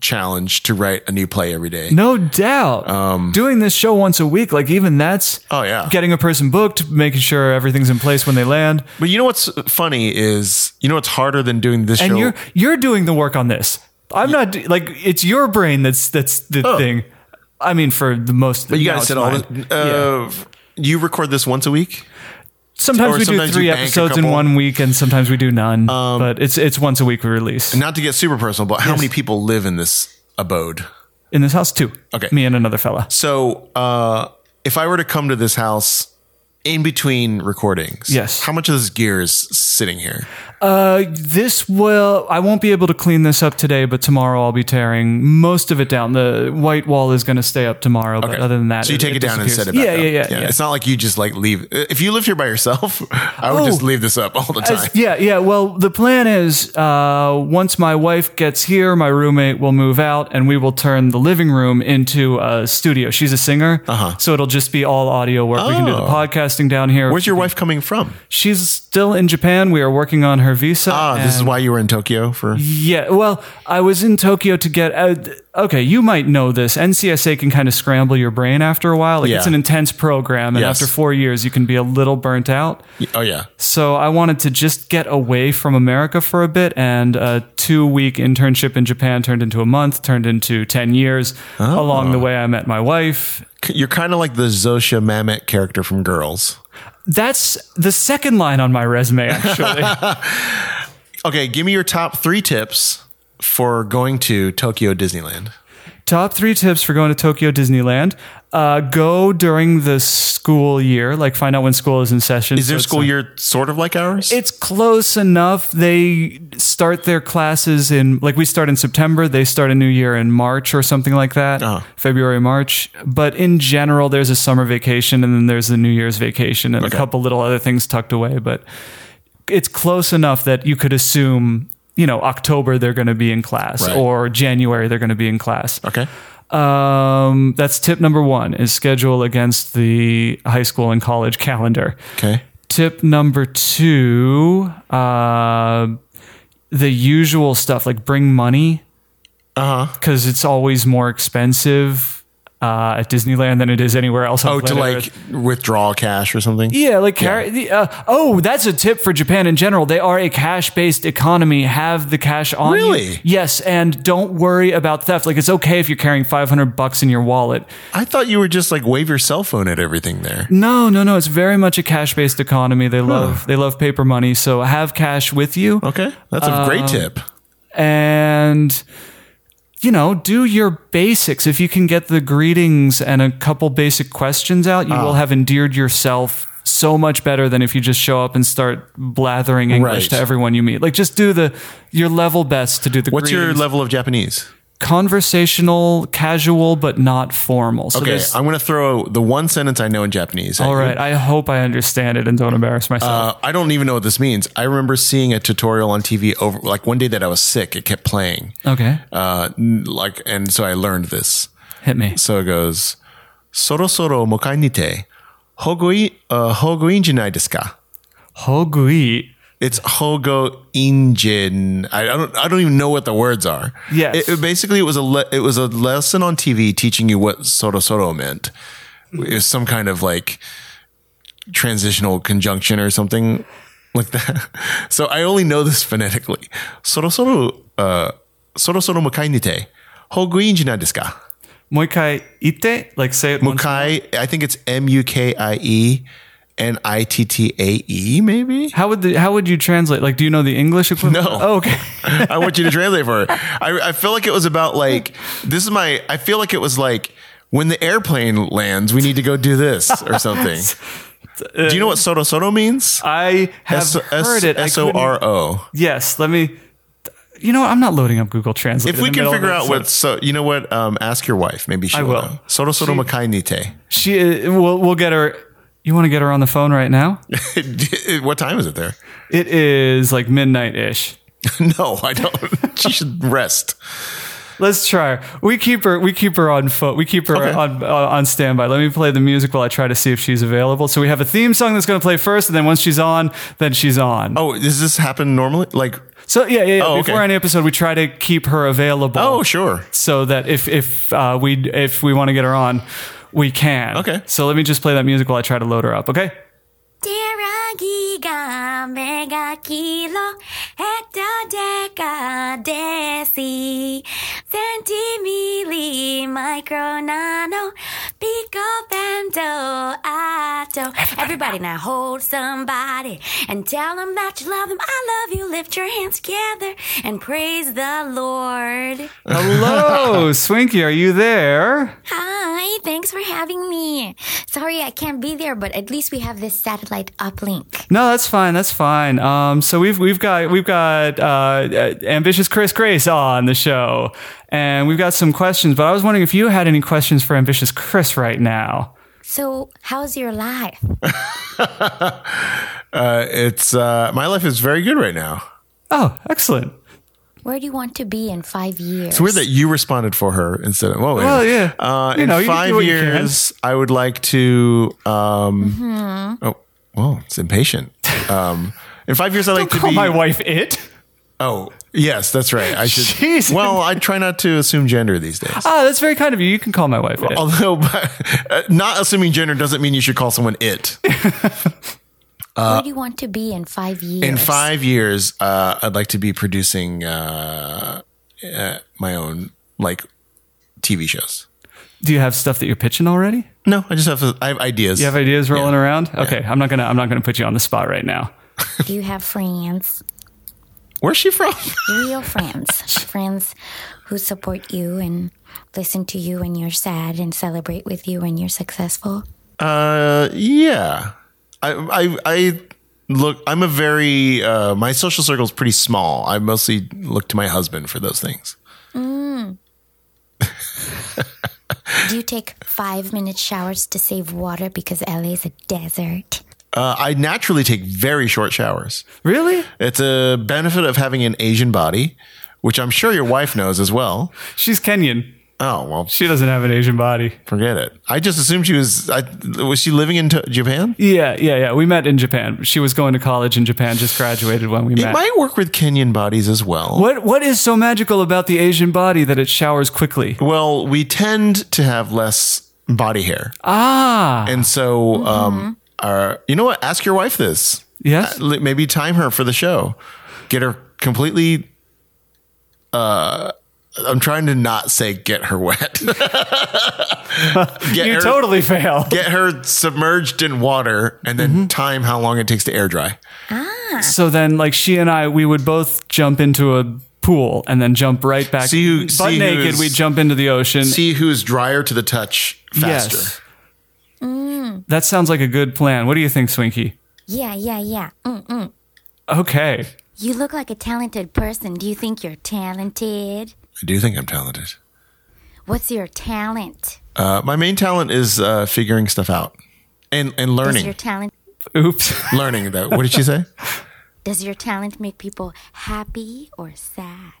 Speaker 3: challenge to write a new play every day.
Speaker 4: No doubt. Doing this show once a week, like even that's
Speaker 3: Um, Oh, yeah.
Speaker 4: getting a person booked, making sure everything's in place when they land.
Speaker 3: But you know what's funny is you know what's harder than doing this
Speaker 4: And
Speaker 3: show.
Speaker 4: you're you're doing the work on this. I'm not do- like it's your brain that's that's the thing. I mean, for the
Speaker 3: Oh.
Speaker 4: most,
Speaker 3: but you
Speaker 4: now
Speaker 3: got to
Speaker 4: it's
Speaker 3: sit all.
Speaker 4: mine.
Speaker 3: This, uh, You record this once a week.
Speaker 4: Sometimes
Speaker 3: or
Speaker 4: we
Speaker 3: sometimes
Speaker 4: do three
Speaker 3: you bank a
Speaker 4: episodes in
Speaker 3: couple. Um,
Speaker 4: one week, and sometimes we do none. but it's it's once a week we release
Speaker 3: Not to get super personal, but how many people live in this abode?
Speaker 4: in this house too.
Speaker 3: Okay.
Speaker 4: me and another fella.
Speaker 3: So uh, if I were to come to this house in between recordings,
Speaker 4: Yes.
Speaker 3: how much of this gear is sitting here?
Speaker 4: Uh, this will. I won't be able to clean this up today, but tomorrow I'll be tearing most of it down. The white wall is going to stay up tomorrow, but other than that,
Speaker 3: so you take it, down and set
Speaker 4: disappears.
Speaker 3: it back
Speaker 4: yeah,
Speaker 3: up.
Speaker 4: yeah, yeah, yeah,
Speaker 3: It's not like you just like leave. If you lived here by yourself, I would just
Speaker 4: Oh.
Speaker 3: leave this up all the time.
Speaker 4: As- yeah, yeah. Well, the plan is uh, once my wife gets here, my roommate will move out, and we will turn the living room into a studio. She's a singer, uh-huh. so it'll just be all audio work. We can do the
Speaker 3: Oh.
Speaker 4: podcasting down here.
Speaker 3: Where's your wife coming from?
Speaker 4: She's still in Japan. We are working on her visa.
Speaker 3: Ah, this is
Speaker 4: and-
Speaker 3: why you were in Tokyo for.
Speaker 4: Yeah, well, I was in Tokyo to get. Uh, okay, you might know this. NCSA can kind of scramble your brain after a while. Like,
Speaker 3: Yeah.
Speaker 4: It's an intense program, and
Speaker 3: Yes.
Speaker 4: after four years, you can be a little burnt out.
Speaker 3: Oh yeah,
Speaker 4: So I wanted to just get away from America for a bit, and a two week internship in Japan turned into a month, turned into 10 years.
Speaker 3: Oh.
Speaker 4: Along the way, I met my wife.
Speaker 3: C- you're kind of like the Zosha Mamet character from Girls.
Speaker 4: That's the second line on my resume, actually.
Speaker 3: Okay, give me your top three tips for going to Tokyo Disneyland.
Speaker 4: Top three tips for going to Tokyo Disneyland. Uh, go during the school year, like find out when school is in session.
Speaker 3: Is their school year sort of like ours?
Speaker 4: It's close enough. They start their classes in, like, we start in September. They start a new year in March or something like that.
Speaker 3: Uh-huh.
Speaker 4: February, March. But in general, there's a summer vacation and then there's the New Year's vacation and a
Speaker 3: Okay.
Speaker 4: couple little other things tucked away. But it's close enough that you could assume, you know, October they're going to be in class
Speaker 3: Right.
Speaker 4: or January they're going to be in class.
Speaker 3: okay.
Speaker 4: Um, that's tip number one is schedule against the high school and college calendar.
Speaker 3: Okay.
Speaker 4: Tip number two, uh, the usual stuff like bring money
Speaker 3: Uh huh.
Speaker 4: because it's always more expensive uh, at Disneyland than it is anywhere else. on
Speaker 3: Oh, to
Speaker 4: planet
Speaker 3: like
Speaker 4: Earth.
Speaker 3: withdraw cash or something.
Speaker 4: Yeah, like car- the, uh, oh, that's a tip for Japan in general. They are a cash-based economy. Have the cash on you.
Speaker 3: Really?
Speaker 4: Yes, and don't worry about theft. Like it's okay if you're carrying 500 bucks in your wallet.
Speaker 3: I thought you were just like wave your cell phone at everything there.
Speaker 4: No, no, no. It's very much a cash-based economy. They love they love paper money. So have cash with you,
Speaker 3: Okay, that's a
Speaker 4: Um,
Speaker 3: great tip.
Speaker 4: and you know, do your basics. If you can get the greetings and a couple basic questions out, you
Speaker 3: Ah.
Speaker 4: will have endeared yourself so much better than if you just show up and start blathering English
Speaker 3: Right.
Speaker 4: to everyone you meet. Like just do the your level best to do the
Speaker 3: What's your
Speaker 4: greetings.
Speaker 3: level of Japanese?
Speaker 4: conversational, casual but not formal. So
Speaker 3: Okay,
Speaker 4: there's-
Speaker 3: I'm going to throw the one sentence I know in Japanese. at
Speaker 4: all
Speaker 3: you.
Speaker 4: right, I hope I understand it and don't embarrass myself.
Speaker 3: Uh, I don't even know what this means. I remember seeing a tutorial on TV over like one day that I was sick. It kept playing,
Speaker 4: okay.
Speaker 3: uh, n- like, and so I learned this.
Speaker 4: Hit me.
Speaker 3: So it goes, "Soro soro mokai ni te, Hogoi uh, Hogoinjinai desu ka?
Speaker 4: Hogui.
Speaker 3: It's Hogo Injin. I I don't. I don't even know what the words are.
Speaker 4: Yes.
Speaker 3: It, it basically, it was a le- it was a lesson on TV teaching you what soro soro meant. It was some kind of like transitional conjunction or something like that. So I only know this phonetically. Soro soro uh, soro soro mukai nite. Hogo Injinai desu ka?
Speaker 4: Moikai ite, like say it once.
Speaker 3: Mukai. I think it's M U K I E. N I T T A E, maybe?
Speaker 4: How would the how would you translate? Like, do you know the English equivalent?
Speaker 3: No.
Speaker 4: Oh, okay.
Speaker 3: I want you to translate for her. I, I feel like it was about like this is my. I feel like it was like when the airplane lands, we need to go do this or something. do you know what soto soto means?
Speaker 4: Uh, I have heard it. I
Speaker 3: S O
Speaker 4: couldn't-
Speaker 3: R O.
Speaker 4: Yes. Let me. You know what? I'm not loading up Google Translate.
Speaker 3: If
Speaker 4: in
Speaker 3: we
Speaker 4: the
Speaker 3: can
Speaker 4: middle of
Speaker 3: figure
Speaker 4: it,
Speaker 3: out
Speaker 4: so-
Speaker 3: what so you know what, um, ask your wife. Maybe she
Speaker 4: I will.
Speaker 3: will. Soto soto makai nite.
Speaker 4: she, uh, we'll we'll get her. You want to get her on the phone right now?
Speaker 3: what time is it there?
Speaker 4: It is like midnight ish.
Speaker 3: no, I don't. she should rest.
Speaker 4: Let's try her. We keep her. We keep her on foot. We keep her
Speaker 3: Okay.
Speaker 4: on uh, on standby. Let me play the music while I try to see if she's available. So we have a theme song that's going to play first, and then once she's on, then she's on.
Speaker 3: Oh, does this happen normally? Like,
Speaker 4: So yeah, yeah. yeah.
Speaker 3: Oh,
Speaker 4: Before
Speaker 3: okay.
Speaker 4: any episode, we try to keep her available.
Speaker 3: oh, sure.
Speaker 4: so that if if uh, we if we want to get her on, we can.
Speaker 3: Okay.
Speaker 4: So let me just play that music while I try to load her up. Okay.
Speaker 2: てらぎが目が黄色ヘタデカデシセンティミリマイクロナノピコベンドアート Everybody now hold somebody and tell them that you love them I love you lift your hands together and praise the Lord
Speaker 4: Hello, Swinky, are you there?
Speaker 2: Hi thanks for having me Sorry I can't be there but at least we have this satellite uplink
Speaker 4: No, that's fine. That's fine. Um, so we've we've got we've got uh, uh, ambitious Chris Grace on the show, and we've got some questions. But I was wondering if you had any questions for ambitious Chris right now.
Speaker 2: So how's your life
Speaker 3: Uh, it's uh, my life is very good right now.
Speaker 4: Oh, excellent.
Speaker 2: Where do you want to be in five years?
Speaker 3: It's weird that you responded for her instead of. Well,
Speaker 4: Well,
Speaker 3: anyway.
Speaker 4: yeah.
Speaker 3: Uh,
Speaker 4: You know, you
Speaker 3: in
Speaker 4: can do
Speaker 3: five
Speaker 4: what you can.
Speaker 3: years, I would like to. Um, Oh, well, it's impatient. Um, in five years, I like to
Speaker 4: Call
Speaker 3: be.
Speaker 4: my wife it.
Speaker 3: oh, yes, that's right. I should.
Speaker 4: Jeez.
Speaker 3: Well, I try not to assume gender these days.
Speaker 4: Ah, that's very kind of you. You can call my wife it.
Speaker 3: Although, uh, not assuming gender doesn't mean you should call someone it.
Speaker 2: Where do you want to be in five years?
Speaker 3: In five years, uh, I'd like to be producing uh, uh, my own like TV shows.
Speaker 4: Do you have stuff that you're pitching already?
Speaker 3: No, I just have I have ideas.
Speaker 4: You have ideas rolling
Speaker 3: Yeah.
Speaker 4: around? Okay, I'm not gonna I'm not gonna put you on the spot right now.
Speaker 2: Do you have friends?
Speaker 3: Where's she from?
Speaker 2: Real friends. friends who support you and listen to you when you're sad and celebrate with you when you're successful.
Speaker 3: Uh, yeah. I I I look. I'm a very uh, my social circle is pretty small. I mostly look to my husband for those things.
Speaker 2: Do you take five minute showers to save water because LA is a desert?
Speaker 3: Uh, I naturally take very short showers.
Speaker 4: Really?
Speaker 3: It's a benefit of having an Asian body, which I'm sure your wife knows as well.
Speaker 4: She's Kenyan.
Speaker 3: Oh well,
Speaker 4: She doesn't have an Asian body.
Speaker 3: forget it. I just assumed she was. I, was she living in t- Japan?
Speaker 4: Yeah, yeah, yeah. We met in Japan. She was going to college in Japan, just graduated when we
Speaker 3: It
Speaker 4: met.
Speaker 3: might work with Kenyan bodies as well.
Speaker 4: What what is so magical about the Asian body that it showers quickly?
Speaker 3: Well, we tend to have less body hair.
Speaker 4: Ah.
Speaker 3: And so, um, our, you know what? Ask your wife this.
Speaker 4: Yes?
Speaker 3: Uh, li- Maybe time her for the show. Get her completely. Uh, I'm trying to not say get her wet. get,
Speaker 4: You
Speaker 3: her,
Speaker 4: totally fail.
Speaker 3: get her submerged in water and
Speaker 4: Mm-hmm.
Speaker 3: then time how long it takes to air dry.
Speaker 4: So then like she and I we would both jump into a pool and then jump right back
Speaker 3: See who-
Speaker 4: butt
Speaker 3: see who
Speaker 4: naked,
Speaker 3: is-
Speaker 4: we jump into the ocean.
Speaker 3: See who's drier to the touch faster.
Speaker 4: Yes. That sounds like a good plan. What do you think, Swinky?
Speaker 2: Yeah, yeah, yeah. Mm.
Speaker 4: Okay.
Speaker 2: You look like a talented person. Do you think you're talented?
Speaker 3: I do think I'm talented.
Speaker 2: What's your talent?
Speaker 3: Uh, my main talent is uh, figuring stuff out and, and
Speaker 2: Does
Speaker 3: learning.
Speaker 2: your talent
Speaker 4: Oops.
Speaker 3: learning that. What did she say?
Speaker 2: does your talent make people happy or sad?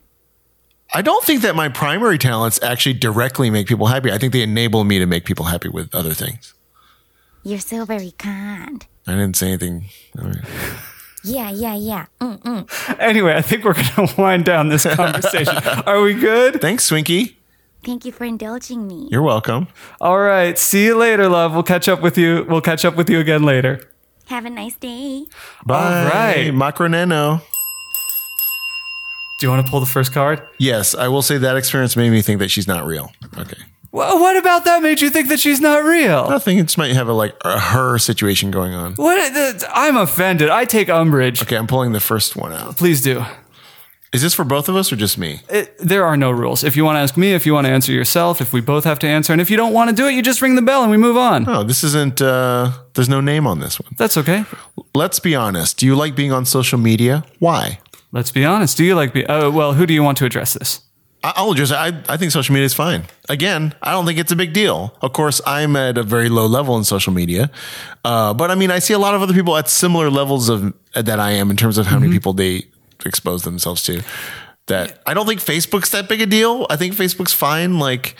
Speaker 3: I don't think that my primary talents actually directly make people happy. I think they enable me to make people happy with other things.
Speaker 2: You're so very kind.
Speaker 3: I didn't say anything. All right.
Speaker 2: Yeah, yeah, yeah. Mm, mm.
Speaker 4: Anyway, I think we're going to wind down this conversation. Are we good?
Speaker 3: Thanks, Swinky.
Speaker 2: Thank you for indulging me.
Speaker 3: You're welcome.
Speaker 4: All right. See you later, love. We'll catch up with you. We'll catch up with you again later.
Speaker 2: Have a nice day.
Speaker 3: Bye.
Speaker 4: right.
Speaker 3: Macro Nano.
Speaker 4: Do you want to pull the first card?
Speaker 3: Yes, I will say that experience made me think that she's not real. Okay.
Speaker 4: Wha what about that made you think that she's not real?
Speaker 3: I think it might have a like a her situation going on.
Speaker 4: What? the- I'm offended. I take umbrage.
Speaker 3: Okay, I'm pulling the first one out.
Speaker 4: Please do.
Speaker 3: Is this for both of us or just me?
Speaker 4: It, there are no rules. If you want to ask me, if you want to answer yourself, if we both have to answer, and if you don't want to do it, you just ring the bell and we move on.
Speaker 3: Oh, this isn't. Uh, there's no name on this one.
Speaker 4: That's okay.
Speaker 3: Let's be honest. Do you like being on social media? Why?
Speaker 4: Let's be honest. Do you like be? Oh, well, who do you want to address this?
Speaker 3: I- I'll just. I, I think social media is fine. Again, I don't think it's a big deal. Of course, I'm at a very low level in social media, uh, but I mean, I see a lot of other people at similar levels of that I am in terms of how many people they expose themselves to. That I don't think Facebook's that big a deal. I think Facebook's fine. Like,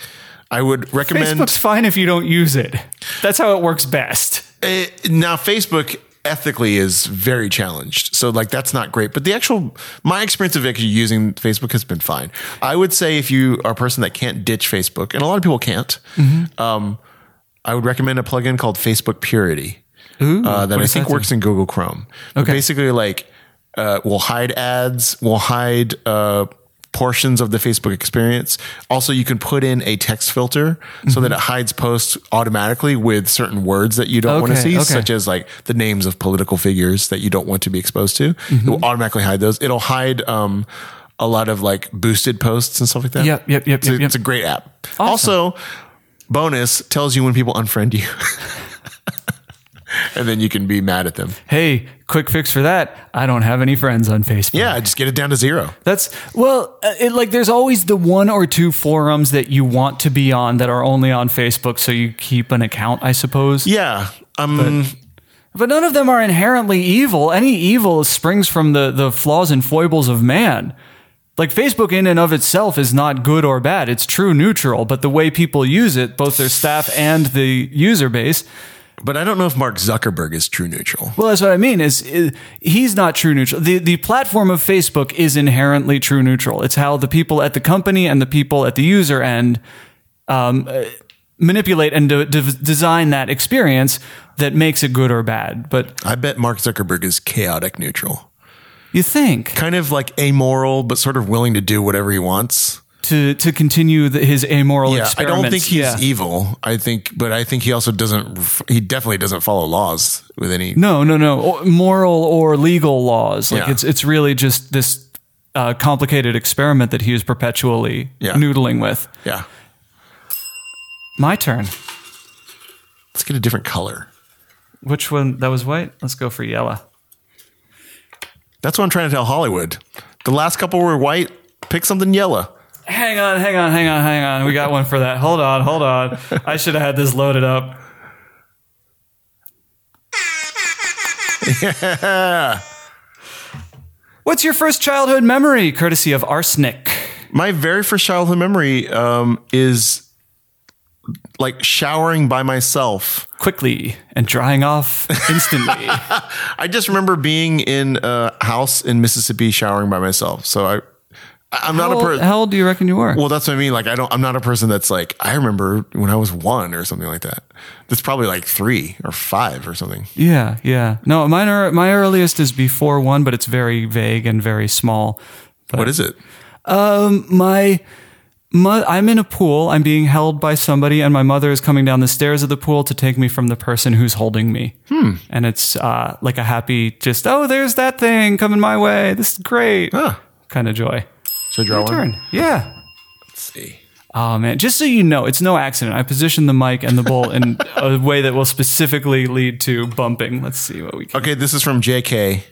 Speaker 3: I would recommend
Speaker 4: Facebook's fine if you don't use it. That's how it works best.
Speaker 3: Uh, now Facebook ethically is very challenged. So like that's not great. But the actual my experience of actually using Facebook has been fine. I would say if you are a person that can't ditch Facebook, and a lot of people can't, um, I would recommend a plugin called Facebook Purity uh, that I think works in Google Chrome. But Basically, like uh, will hide ads, will hide uh, portions of the Facebook experience. Also, you can put in a text filter so that it hides posts automatically with certain words that you don't want to
Speaker 4: Okay,
Speaker 3: see,
Speaker 4: okay.
Speaker 3: such as like the names of political figures that you don't want to be exposed to.
Speaker 4: Mm-hmm.
Speaker 3: It will automatically hide those. It'll hide. Um, a lot of like boosted posts and stuff like that.
Speaker 4: Yep, yep, yep,
Speaker 3: It's a-
Speaker 4: yep, yep.
Speaker 3: It's a great app. Also, bonus tells you when people unfriend you. and then you can be mad at them.
Speaker 4: Hey, quick fix for that. I don't have any friends on Facebook.
Speaker 3: Yeah, just get it down to zero.
Speaker 4: That's well, uh, it, like there's always the one or two forums that you want to be on that are only on Facebook, so you keep an account, I suppose.
Speaker 3: Yeah. Um,
Speaker 4: But none of them are inherently evil. Any evil springs from the the flaws and foibles of man. Like Facebook in and of itself is not good or bad. It's true neutral, but the way people use it, both their staff and the user base,
Speaker 3: but I don't know if Mark Zuckerberg is true neutral.
Speaker 4: Well, that's what I mean. Is, is he's not true neutral. The the platform of Facebook is inherently true neutral. It's how the people at the company and the people at the user end um, uh, manipulate and de- de- design that experience that makes it good or bad. But
Speaker 3: I bet Mark Zuckerberg is chaotic neutral.
Speaker 4: you think
Speaker 3: Kind of like amoral, but sort of willing to do whatever he wants.
Speaker 4: to to continue the, his amoral
Speaker 3: Yeah, I
Speaker 4: Oh, experiments?
Speaker 3: don't think he's e-
Speaker 4: yeah.
Speaker 3: evil. I think, but I think he also doesn't, he definitely doesn't follow laws with any.
Speaker 4: No, no, no. Or- Moral or legal laws. Like
Speaker 3: Yeah.
Speaker 4: it's it's really just this uh, complicated experiment that he is perpetually
Speaker 3: Yeah.
Speaker 4: noodling with.
Speaker 3: Yeah.
Speaker 4: My turn.
Speaker 3: Let's get a different color.
Speaker 4: Which one? That was white. Let's go for yellow.
Speaker 3: That's what I'm trying to tell Hollywood. The last couple were white. Pick something yellow.
Speaker 4: Hang on, hang on, hang on, hang on. We got one for that. Hold on, hold on. I should have had this loaded up. What's your first childhood memory, courtesy of arsenic?
Speaker 3: My very first childhood memory um, is like showering by myself.
Speaker 4: Quickly and drying off instantly.
Speaker 3: I just remember being in a house in Mississippi showering by myself. So I, I- I'm not
Speaker 4: how,
Speaker 3: a
Speaker 4: old,
Speaker 3: person.
Speaker 4: how old do you reckon you were?
Speaker 3: Well, that's what I mean. Like I don't. I'm not a person that's like I remember when I was one or something like that. That's probably like three or five or something.
Speaker 4: Yeah, yeah. No, mine are, my earliest is before one, but it's very vague and very small.
Speaker 3: What is it?
Speaker 4: my, mo- I'm in a pool. I'm being held by somebody, and my mother is coming down the stairs of the pool to take me from the person who's holding me. And it's uh, like a happy, just oh, there's that thing coming my way. This is great,
Speaker 3: Huh.
Speaker 4: kind of joy.
Speaker 3: Should I draw one?
Speaker 4: Turn, yeah.
Speaker 3: Let's see.
Speaker 4: Oh man, just so you know, it's no accident. I positioned the mic and the bowl in a way that will specifically lead to bumping. Let's see what we can.
Speaker 3: Okay, this is from J.K.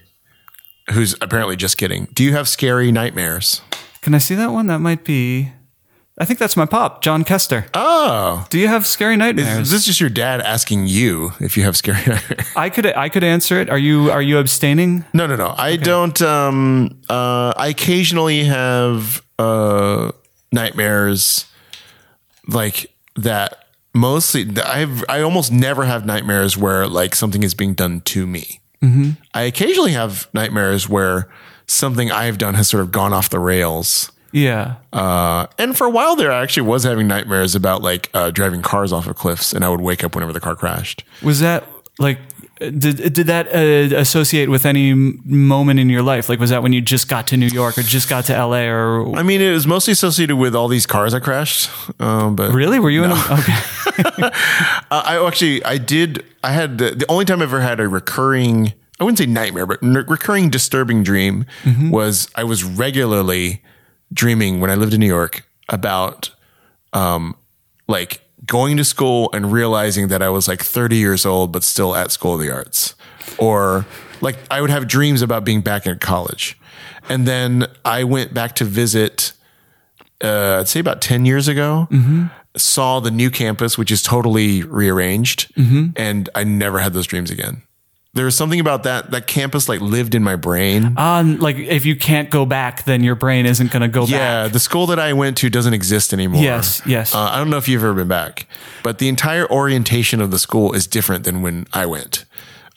Speaker 3: Who's apparently just kidding. Do you have scary nightmares?
Speaker 4: Can I see that one? That might be. I think that's my pop, John Kester.
Speaker 3: Oh,
Speaker 4: Do you have scary nightmares?
Speaker 3: is this just your dad asking you if you have scary nightmares?
Speaker 4: I could I could answer it. Are you are you abstaining?
Speaker 3: No, no, no. I don't. Um, uh, I occasionally have uh, nightmares like that mostly I've I almost never have nightmares where like something is being done to me. I occasionally have nightmares where something I've done has sort of gone off the rails.
Speaker 4: Yeah.
Speaker 3: Uh, and for a while there, I actually was having nightmares about like uh, driving cars off of cliffs, and I would wake up whenever the car crashed.
Speaker 4: Was that like did did that uh, associate with any m- moment in your life? Like was that when you just got to New York or just got to LA or
Speaker 3: I mean, it was mostly associated with all these cars I crashed. Um, but
Speaker 4: really were you in a, okay
Speaker 3: Uh, I actually, I did. I had the, the only time I ever had a recurring, I wouldn't say nightmare, but n- recurring disturbing dream was I was regularly dreaming when I lived in New York about, um, like going to school and realizing that I was like 30 years old, but still at school of the arts or like I would have dreams about being back in college. And then I went back to visit, uh, I'd say about 10 years ago, saw the new campus, which is totally rearranged.
Speaker 4: Mm-hmm.
Speaker 3: And I never had those dreams again. There was something about that, that campus like lived in my brain.
Speaker 4: on Um, like if you can't go back then your brain isn't going to go back.
Speaker 3: yeah. The school that I went to doesn't exist anymore.
Speaker 4: Yes, yes.
Speaker 3: Uh, I don't know if you've ever been back, but the entire orientation of the school is different than when I went.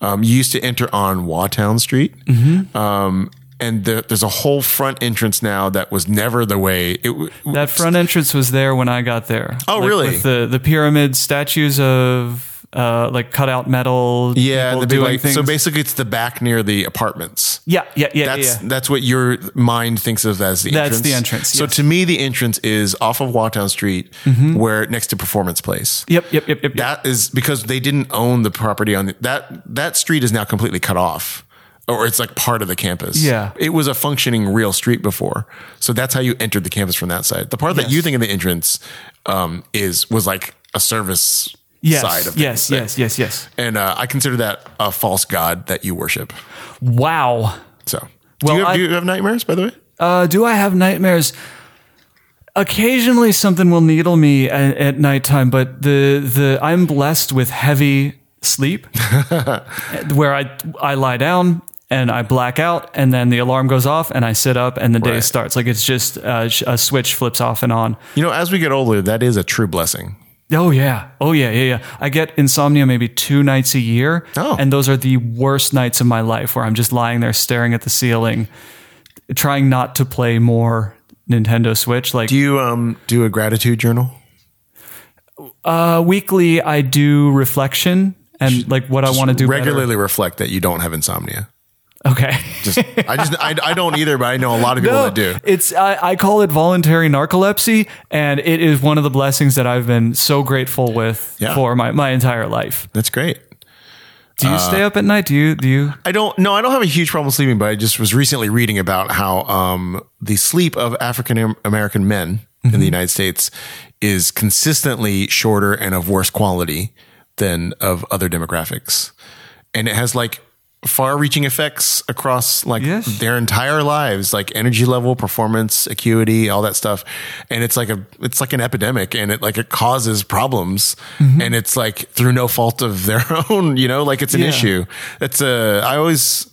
Speaker 3: Um, you used to enter on Watown Street.
Speaker 4: Mm-hmm.
Speaker 3: Um, and the, there's a whole front entrance now that was never the way it w-
Speaker 4: That front entrance was there when I got there.
Speaker 3: Oh,
Speaker 4: Like,
Speaker 3: really?
Speaker 4: With the the pyramid statues of uh like cut out metal
Speaker 3: Yeah,
Speaker 4: people
Speaker 3: the big
Speaker 4: doing
Speaker 3: like,
Speaker 4: things.
Speaker 3: so basically it's the back near the apartments.
Speaker 4: yeah, yeah, yeah, yeah.
Speaker 3: That's that's what your mind thinks of as the
Speaker 4: That's
Speaker 3: entrance.
Speaker 4: the entrance,
Speaker 3: So
Speaker 4: yes. Mm-hmm.
Speaker 3: to me, the entrance is off of Watown Street, where next to Performance Place.
Speaker 4: Yep, yep, yep, yep. yep.
Speaker 3: That is because they didn't own the property on the, that that street is now completely cut off, or it's like part of the campus.
Speaker 4: Yeah.
Speaker 3: it was a functioning real street before, so that's how you entered the campus from that side. The part that you think of the entrance um, is was like a service
Speaker 4: yes,
Speaker 3: side of
Speaker 4: yes,
Speaker 3: things that-
Speaker 4: yes, yes, yes.
Speaker 3: and uh, I consider that a false god that you worship.
Speaker 4: Wow.
Speaker 3: So, do,
Speaker 4: Well,
Speaker 3: you, have,
Speaker 4: I-
Speaker 3: do you have nightmares, by the way?
Speaker 4: Uh, do I have nightmares? Occasionally, something will needle me at, at nighttime, but the the I'm blessed with heavy sleep, where I I lie down and I black out, and then the alarm goes off, and I sit up, and the day
Speaker 3: Right.
Speaker 4: starts. Like it's just uh, sh- a switch flips off and on.
Speaker 3: You know, as we get older, that is a true blessing.
Speaker 4: Oh yeah, oh yeah, yeah, yeah. I get insomnia maybe two nights a year,
Speaker 3: Oh.
Speaker 4: and those are the worst nights of my life, where I'm just lying there staring at the ceiling, trying not to play more Nintendo Switch. Like
Speaker 3: Do you um, do a gratitude journal?
Speaker 4: Uh, weekly, I do reflection and like what I want to do better.
Speaker 3: Regularly reflect that you don't have insomnia.
Speaker 4: Okay,
Speaker 3: Just, I just, I, I don't either, but I know a lot of people that do.
Speaker 4: it's I, I call it voluntary narcolepsy, and it is one of the blessings that I've been so grateful with
Speaker 3: Yeah.
Speaker 4: for my my entire life.
Speaker 3: That's great.
Speaker 4: Do
Speaker 3: Uh,
Speaker 4: you stay up at night? Do you do you?
Speaker 3: I don't, no, I don't have a huge problem sleeping, but I just was recently reading about how um, the sleep of African American men in the United States is consistently shorter and of worse quality than of other demographics. And it has like far reaching effects across like
Speaker 4: Yes.
Speaker 3: their entire lives, like energy level, performance, acuity, all that stuff. And it's like a, it's like an epidemic and it like, it causes problems
Speaker 4: Mm-hmm.
Speaker 3: and it's like through no fault of their own, you know, like it's an
Speaker 4: Yeah.
Speaker 3: issue you. That's a. I always.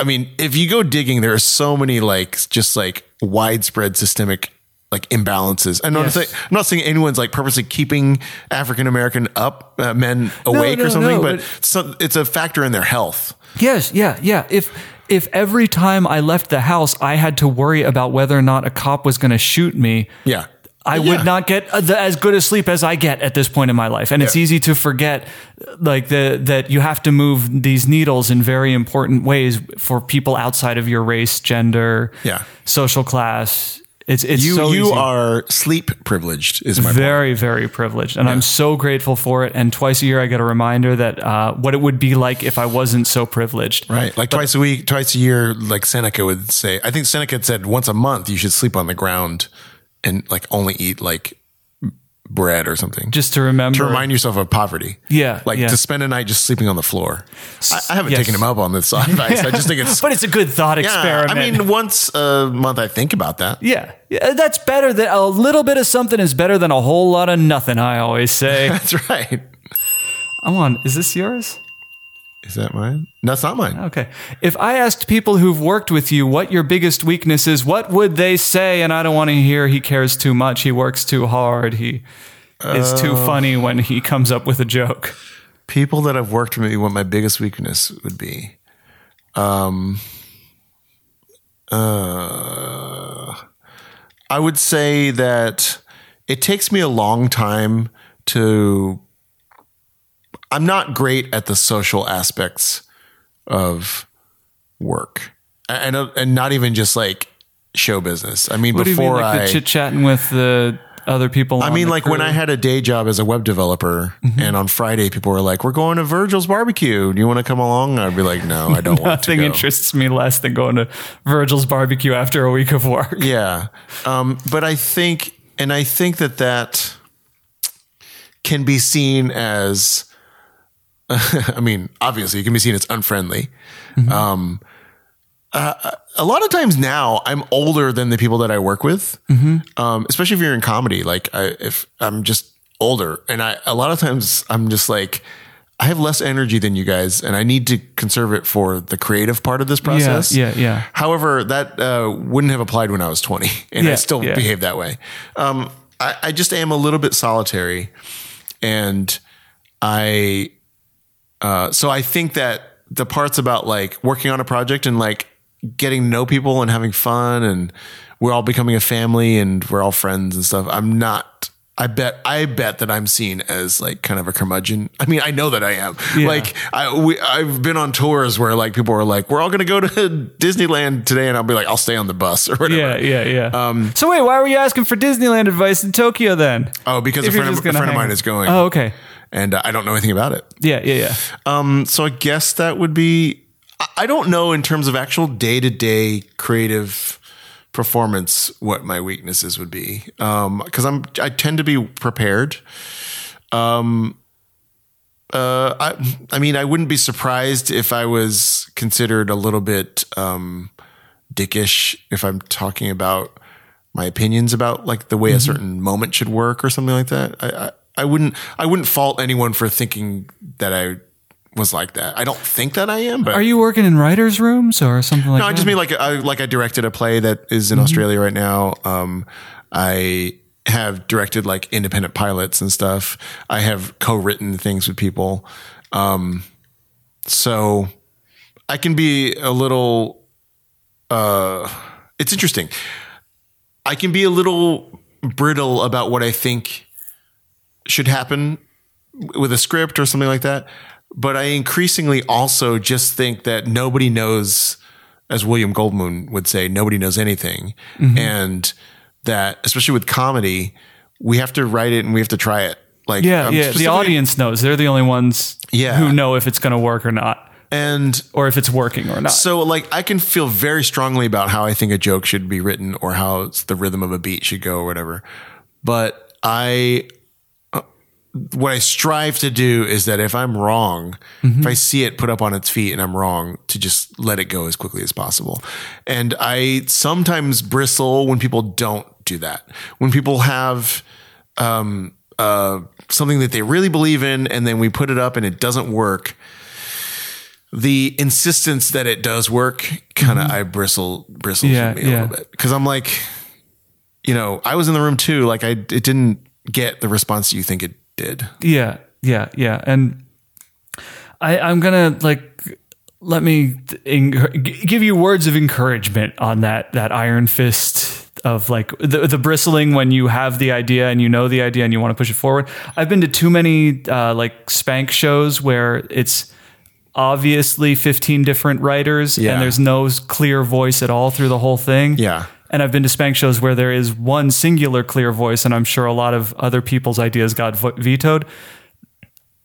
Speaker 3: I mean, if you go digging, there are so many like just like widespread systemic like imbalances. And I'm, not
Speaker 4: Yes.
Speaker 3: saying, I'm not saying anyone's like purposely keeping African American up uh, men awake
Speaker 4: no,
Speaker 3: or something,
Speaker 4: no,
Speaker 3: but,
Speaker 4: but-
Speaker 3: some, it's a factor in their health.
Speaker 4: Yes, yeah, yeah. If if every time I left the house, I had to worry about whether or not a cop was going to shoot me.
Speaker 3: Yeah,
Speaker 4: I
Speaker 3: Yeah.
Speaker 4: would not get uh, the, as good a sleep as I get at this point in my life, and it's
Speaker 3: Yeah.
Speaker 4: easy to forget, uh, like the that you have to move these needles in very important ways for people outside of your race, gender,
Speaker 3: Yeah.
Speaker 4: social class. It's it's
Speaker 3: You
Speaker 4: so
Speaker 3: you
Speaker 4: easy.
Speaker 3: are sleep privileged is my point.
Speaker 4: very very privileged, and I'm so grateful for it. And twice a year, I get a reminder that uh, what it would be like if I wasn't so privileged.
Speaker 3: Right, like twice a week, twice a year, like Seneca would say. I think Seneca had said once a month you should sleep on the ground and like only eat like bread or something.
Speaker 4: Just to remember,
Speaker 3: to remind yourself of poverty.
Speaker 4: Yeah,
Speaker 3: Like
Speaker 4: yeah.
Speaker 3: to spend a night just sleeping on the floor. I, I haven't
Speaker 4: Yes.
Speaker 3: taken him up on this advice. I just think it's.
Speaker 4: but it's a good thought
Speaker 3: yeah,
Speaker 4: experiment.
Speaker 3: I mean, once a month I think about that.
Speaker 4: Yeah. yeah, that's better than a little bit of something is better than a whole lot of nothing. I always say.
Speaker 3: That's right.
Speaker 4: I'm on. Is this yours?
Speaker 3: Is that mine? That's not mine.
Speaker 4: Okay. If I asked people who've worked with you what your biggest weakness is, what would they say? And I don't want to hear he cares too much, he works too hard, he is too
Speaker 3: Uh,
Speaker 4: funny when he comes up with a joke.
Speaker 3: People that have worked for me, what my biggest weakness would be. Um, uh, I would say that it takes me a long time to. I'm not great at the social aspects of work, and uh, and not even just like show business. I mean,
Speaker 4: What do you
Speaker 3: before
Speaker 4: mean, like
Speaker 3: I
Speaker 4: the chit chatting with the other people?
Speaker 3: I mean, like when I had a day job as a web developer, and on Friday people were like, "We're going to Virgil's barbecue. Do you want to come along?" I'd be like, "No, I don't want to."
Speaker 4: Nothing
Speaker 3: go."
Speaker 4: interests me less than going to Virgil's barbecue after a week of work.
Speaker 3: Yeah, um, but I think, and I think that that can be seen as, I mean, obviously, it can be seen as unfriendly.
Speaker 4: Mm-hmm.
Speaker 3: Um, uh, a lot of times now, I'm older than the people that I work with,
Speaker 4: Mm-hmm.
Speaker 3: um, especially if you're in comedy. Like, I, if I'm just older, and I a lot of times I'm just like. I have less energy than you guys, and I need to conserve it for the creative part of this process.
Speaker 4: yeah, yeah.
Speaker 3: However, that uh, wouldn't have applied when I was 20, and I
Speaker 4: Yeah,
Speaker 3: still
Speaker 4: yeah.
Speaker 3: behave that way. Um, I, I just am a little bit solitary, and I. Uh, so I think that the parts about like working on a project and like getting to know people and having fun, and we're all becoming a family and we're all friends and stuff. I'm not. I bet. I bet that I'm seen as like kind of a curmudgeon. I mean, I know that I am. Like I, we, I've been on tours where like people are like, "We're all going to go to Disneyland today," and I'll be like, "I'll stay on the bus" or whatever.
Speaker 4: Yeah, yeah, yeah.
Speaker 3: Um,
Speaker 4: so wait, why were you asking for Disneyland advice in Tokyo then?
Speaker 3: Oh, because a
Speaker 4: If you're
Speaker 3: friend, of,
Speaker 4: just
Speaker 3: a
Speaker 4: gonna
Speaker 3: friend of
Speaker 4: hang-
Speaker 3: mine is going.
Speaker 4: Oh, okay.
Speaker 3: and uh, I don't know anything about it.
Speaker 4: Yeah, yeah, yeah.
Speaker 3: Um, so I guess that would be. I- I don't know in terms of actual day to day creative performance what my weaknesses would be because I'm I tend to be prepared. Um, uh, I I mean I wouldn't be surprised if I was considered a little bit um, dickish if I'm talking about my opinions about like the way
Speaker 4: Mm-hmm.
Speaker 3: a certain moment should work or something like that. I, I I wouldn't I wouldn't fault anyone for thinking that I was like that. I don't think that I am, but
Speaker 4: Are you working in writers' rooms or something like
Speaker 3: no, I
Speaker 4: that? Mm-hmm.
Speaker 3: just mean like I like I directed a play that is in Australia right now. Um, I have directed like independent pilots and stuff. I have co-written things with people. Um, so I can be a little. Uh, it's interesting. I can be a little brittle about what I think should happen with a script or something like that. But I increasingly also just think that nobody knows, as William Goldman would say, nobody knows anything.
Speaker 4: Mm-hmm.
Speaker 3: And that, especially with comedy, we have to write it and we have to try it. Like,
Speaker 4: yeah,
Speaker 3: I'm
Speaker 4: yeah. The
Speaker 3: um, specifically-
Speaker 4: audience knows; they're the only ones
Speaker 3: Yeah.
Speaker 4: who know if it's going to work or not,
Speaker 3: And
Speaker 4: or if it's working or not.
Speaker 3: So like I can feel very strongly about how I think a joke should be written or how it's the rhythm of a beat should go or whatever. But I uh, what I strive to do is that if I'm wrong, if I see it put up on its feet and I'm wrong, to just let it go as quickly as possible. And I sometimes bristle when people don't do that. When people have um uh something that they really believe in and then we put it up and it doesn't work the insistence that it does work kind of I bristle bristles
Speaker 4: Mm-hmm. Yeah,
Speaker 3: with me a
Speaker 4: yeah.
Speaker 3: little bit because I'm like, you know, I was in the room too. Like I, it didn't get the response you think it did.
Speaker 4: yeah, yeah, yeah. And I, I'm gonna like let me en- g- give you words of encouragement on that that iron fist of like the, the bristling when you have the idea and you know the idea and you want to push it forward. I've been to too many uh, like spank shows where it's obviously 15 different writers
Speaker 3: Yeah.
Speaker 4: and there's no s- clear voice at all through the whole thing.
Speaker 3: Yeah.
Speaker 4: And I've been to spank shows where there is one singular clear voice, and I'm sure a lot of other people's ideas got vo- vetoed.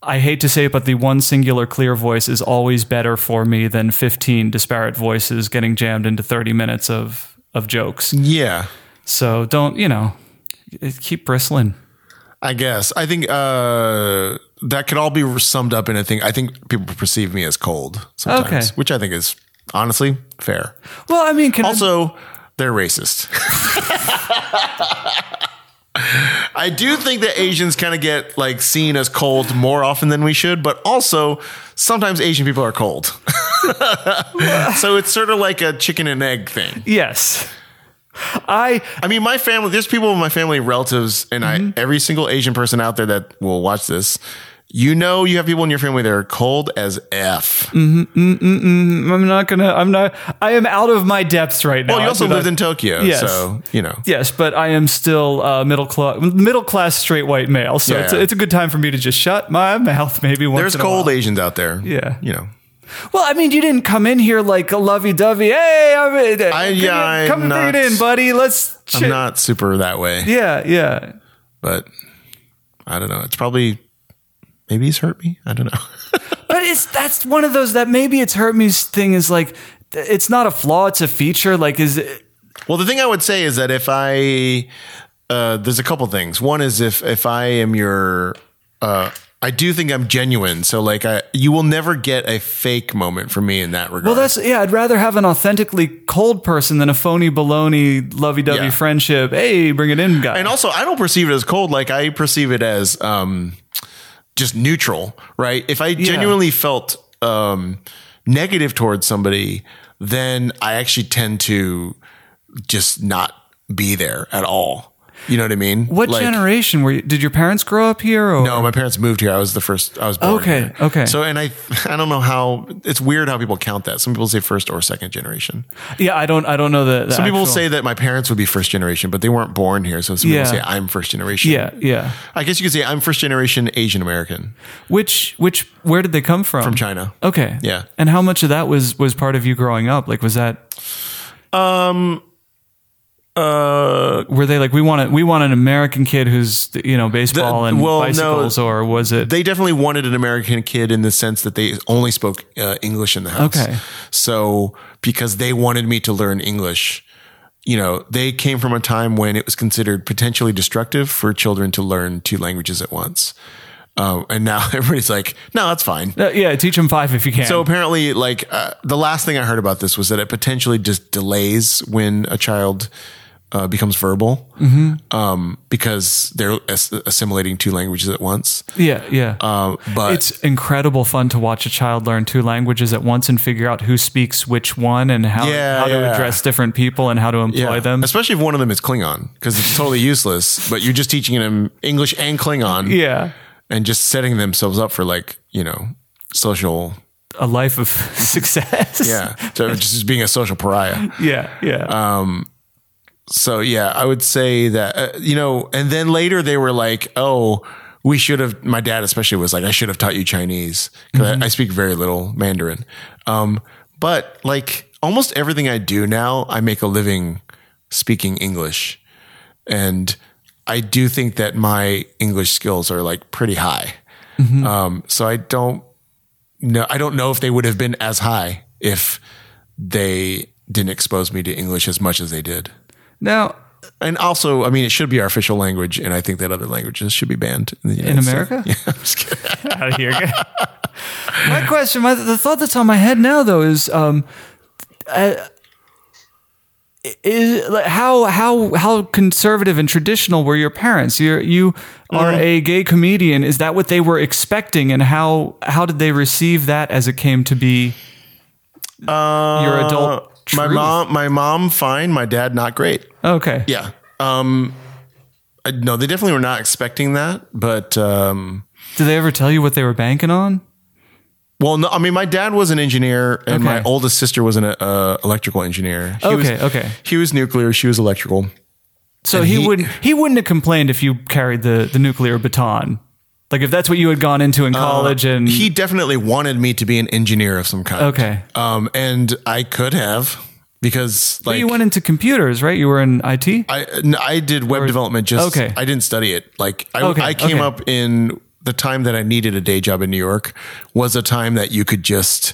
Speaker 4: I hate to say it, but the one singular clear voice is always better for me than 15 disparate voices getting jammed into 30 minutes of, of jokes.
Speaker 3: Yeah,
Speaker 4: So don't, you know, keep bristling.
Speaker 3: I guess I think uh, that could all be summed up in a thing. I think people perceive me as cold sometimes,
Speaker 4: Okay.
Speaker 3: which I think is honestly fair.
Speaker 4: Well, I mean, can I,
Speaker 3: Also, they're racist. I do think that Asians kind of get like seen as cold more often than we should, but also sometimes Asian people are cold. so it's sort of like a chicken and egg thing.
Speaker 4: yes. I
Speaker 3: I mean, my family. There's people in my family, relatives, and
Speaker 4: Mm-hmm.
Speaker 3: I. Every single Asian person out there that will watch this, you know, you have people in your family that are cold as f.
Speaker 4: Mm. I'm not gonna I'm not I am out of my depths right now.
Speaker 3: well, you also
Speaker 4: I do
Speaker 3: lived
Speaker 4: not-
Speaker 3: in Tokyo,
Speaker 4: Yes.
Speaker 3: so you know.
Speaker 4: Yes, but I am still uh, middle class, middle class straight white male. So
Speaker 3: Yeah,
Speaker 4: it's, a,
Speaker 3: yeah.
Speaker 4: it's a good time for me to just shut my mouth. Maybe once
Speaker 3: There's
Speaker 4: in a
Speaker 3: cold
Speaker 4: while.
Speaker 3: Asians out there.
Speaker 4: Yeah.
Speaker 3: you know.
Speaker 4: Well, I mean, you didn't come in here like a lovey dovey. Hey, I'm, uh,
Speaker 3: I-
Speaker 4: come
Speaker 3: yeah,
Speaker 4: in-
Speaker 3: I'm
Speaker 4: come
Speaker 3: not-
Speaker 4: right in, buddy. Let's.
Speaker 3: I'm
Speaker 4: chi-
Speaker 3: not super that way,
Speaker 4: Yeah, yeah.
Speaker 3: but I don't know. It's probably maybe he's hurt me. I don't know.
Speaker 4: But it's that's one of those that maybe it's hurt me thing is like th- it's not a flaw, it's a feature. Like is it,
Speaker 3: Well, the thing I would say is that if I, uh, there's a couple things. One is if if I am your, uh, I do think I'm genuine. So like I, you will never get a fake moment from me in that regard.
Speaker 4: well, that's yeah. I'd rather have an authentically cold person than a phony baloney lovey dovey
Speaker 3: Yeah.
Speaker 4: friendship. Hey, bring it in, guy.
Speaker 3: and also I don't perceive it as cold. Like I perceive it as um, just neutral, right? If I genuinely felt um, negative towards somebody, then I actually tend to just not be there at all. You know what I mean?
Speaker 4: What
Speaker 3: Like-
Speaker 4: generation were you? Did your parents grow up here? Or?
Speaker 3: No, my parents moved here. I was the first. I was born.
Speaker 4: Okay,
Speaker 3: here.
Speaker 4: okay.
Speaker 3: So, and I, I don't know how. It's weird how people count that. Some people say first or second generation.
Speaker 4: Yeah, I don't. I don't know the. the
Speaker 3: Some people
Speaker 4: actual-
Speaker 3: say that my parents would be first generation, but they weren't born here. So some
Speaker 4: Yeah.
Speaker 3: people say I'm first generation.
Speaker 4: Yeah, yeah.
Speaker 3: I guess you could say I'm first generation Asian American
Speaker 4: Which which where did they come from?
Speaker 3: from China.
Speaker 4: Okay.
Speaker 3: Yeah.
Speaker 4: And how much of that was was part of you growing up? Like, was that? Um. Uh. Were they like we want a, we want an American kid who's you know baseball and
Speaker 3: well, no.
Speaker 4: bicycles, or was it?
Speaker 3: They definitely wanted an American kid in the sense that they only spoke uh, English in the house.
Speaker 4: Okay.
Speaker 3: So because they wanted me to learn English, you know, they came from a time when it was considered potentially destructive for children to learn two languages at once. Um, and now everybody's like, no, that's fine.
Speaker 4: Uh, yeah, teach them five if you can.
Speaker 3: So apparently, like uh, the last thing I heard about this was that it potentially just delays when a child uh, becomes verbal
Speaker 4: Mm-hmm.
Speaker 3: um, because they're ass- assimilating two languages at once.
Speaker 4: yeah, yeah.
Speaker 3: Um, but
Speaker 4: it's incredible fun to watch a child learn two languages at once and figure out who speaks which one and how,
Speaker 3: Yeah,
Speaker 4: how to
Speaker 3: yeah.
Speaker 4: address different people and how to employ them.
Speaker 3: Especially if one of them is Klingon, because it's totally useless, but you're just teaching them English and Klingon
Speaker 4: Yeah.
Speaker 3: and just setting themselves up for like, you know, social.
Speaker 4: A life of success.
Speaker 3: Yeah. Uh, So it's just being a social pariah.
Speaker 4: Yeah. Yeah.
Speaker 3: So yeah, I would say that, uh, you know, and then later they were like, oh, we should have, my dad especially was like, I should have taught you Chinese because I, I speak very little Mandarin. Um, but like almost everything I do now, I make a living speaking English. and I do think that my English skills are like pretty high. Um, so I don't know. I don't know if they would have been as high if they didn't expose me to English as much as they did.
Speaker 4: now,
Speaker 3: And also, I mean, it should be our official language, and I think that other languages should be banned in, the
Speaker 4: in
Speaker 3: United States.
Speaker 4: America? Yeah, out of here. my question, my, the thought that's on my head now, though, is um, uh, is like, how how how conservative and traditional were your parents? You you are a gay comedian. Is that what they were expecting? And how how did they receive that as it came to be your adult?
Speaker 3: Uh, My
Speaker 4: truth?
Speaker 3: mom, my mom, fine. My dad, not great.
Speaker 4: Okay.
Speaker 3: Yeah. Um, I- no, they definitely were not expecting that, but um,
Speaker 4: Did they ever tell you what they were banking on?
Speaker 3: Well, no, I mean, my dad was an engineer, and my
Speaker 4: Okay.
Speaker 3: oldest sister was an uh, electrical engineer. He was,
Speaker 4: Okay, okay. Mm-hmm.
Speaker 3: He was nuclear. She was electrical.
Speaker 4: So he,
Speaker 3: he-
Speaker 4: wouldn't he wouldn't have complained if you carried the the nuclear baton. Like if that's what you had gone into in college and
Speaker 3: Uh, He definitely wanted me to be an engineer of some kind.
Speaker 4: Okay.
Speaker 3: Um, and I could have because like
Speaker 4: you went into computers, right? You were in IT?
Speaker 3: I no, I did web development. Just
Speaker 4: Okay.
Speaker 3: I didn't study it. Like I,
Speaker 4: Okay,
Speaker 3: I came
Speaker 4: okay.
Speaker 3: up in the time that I needed a day job in New York was a time that you could just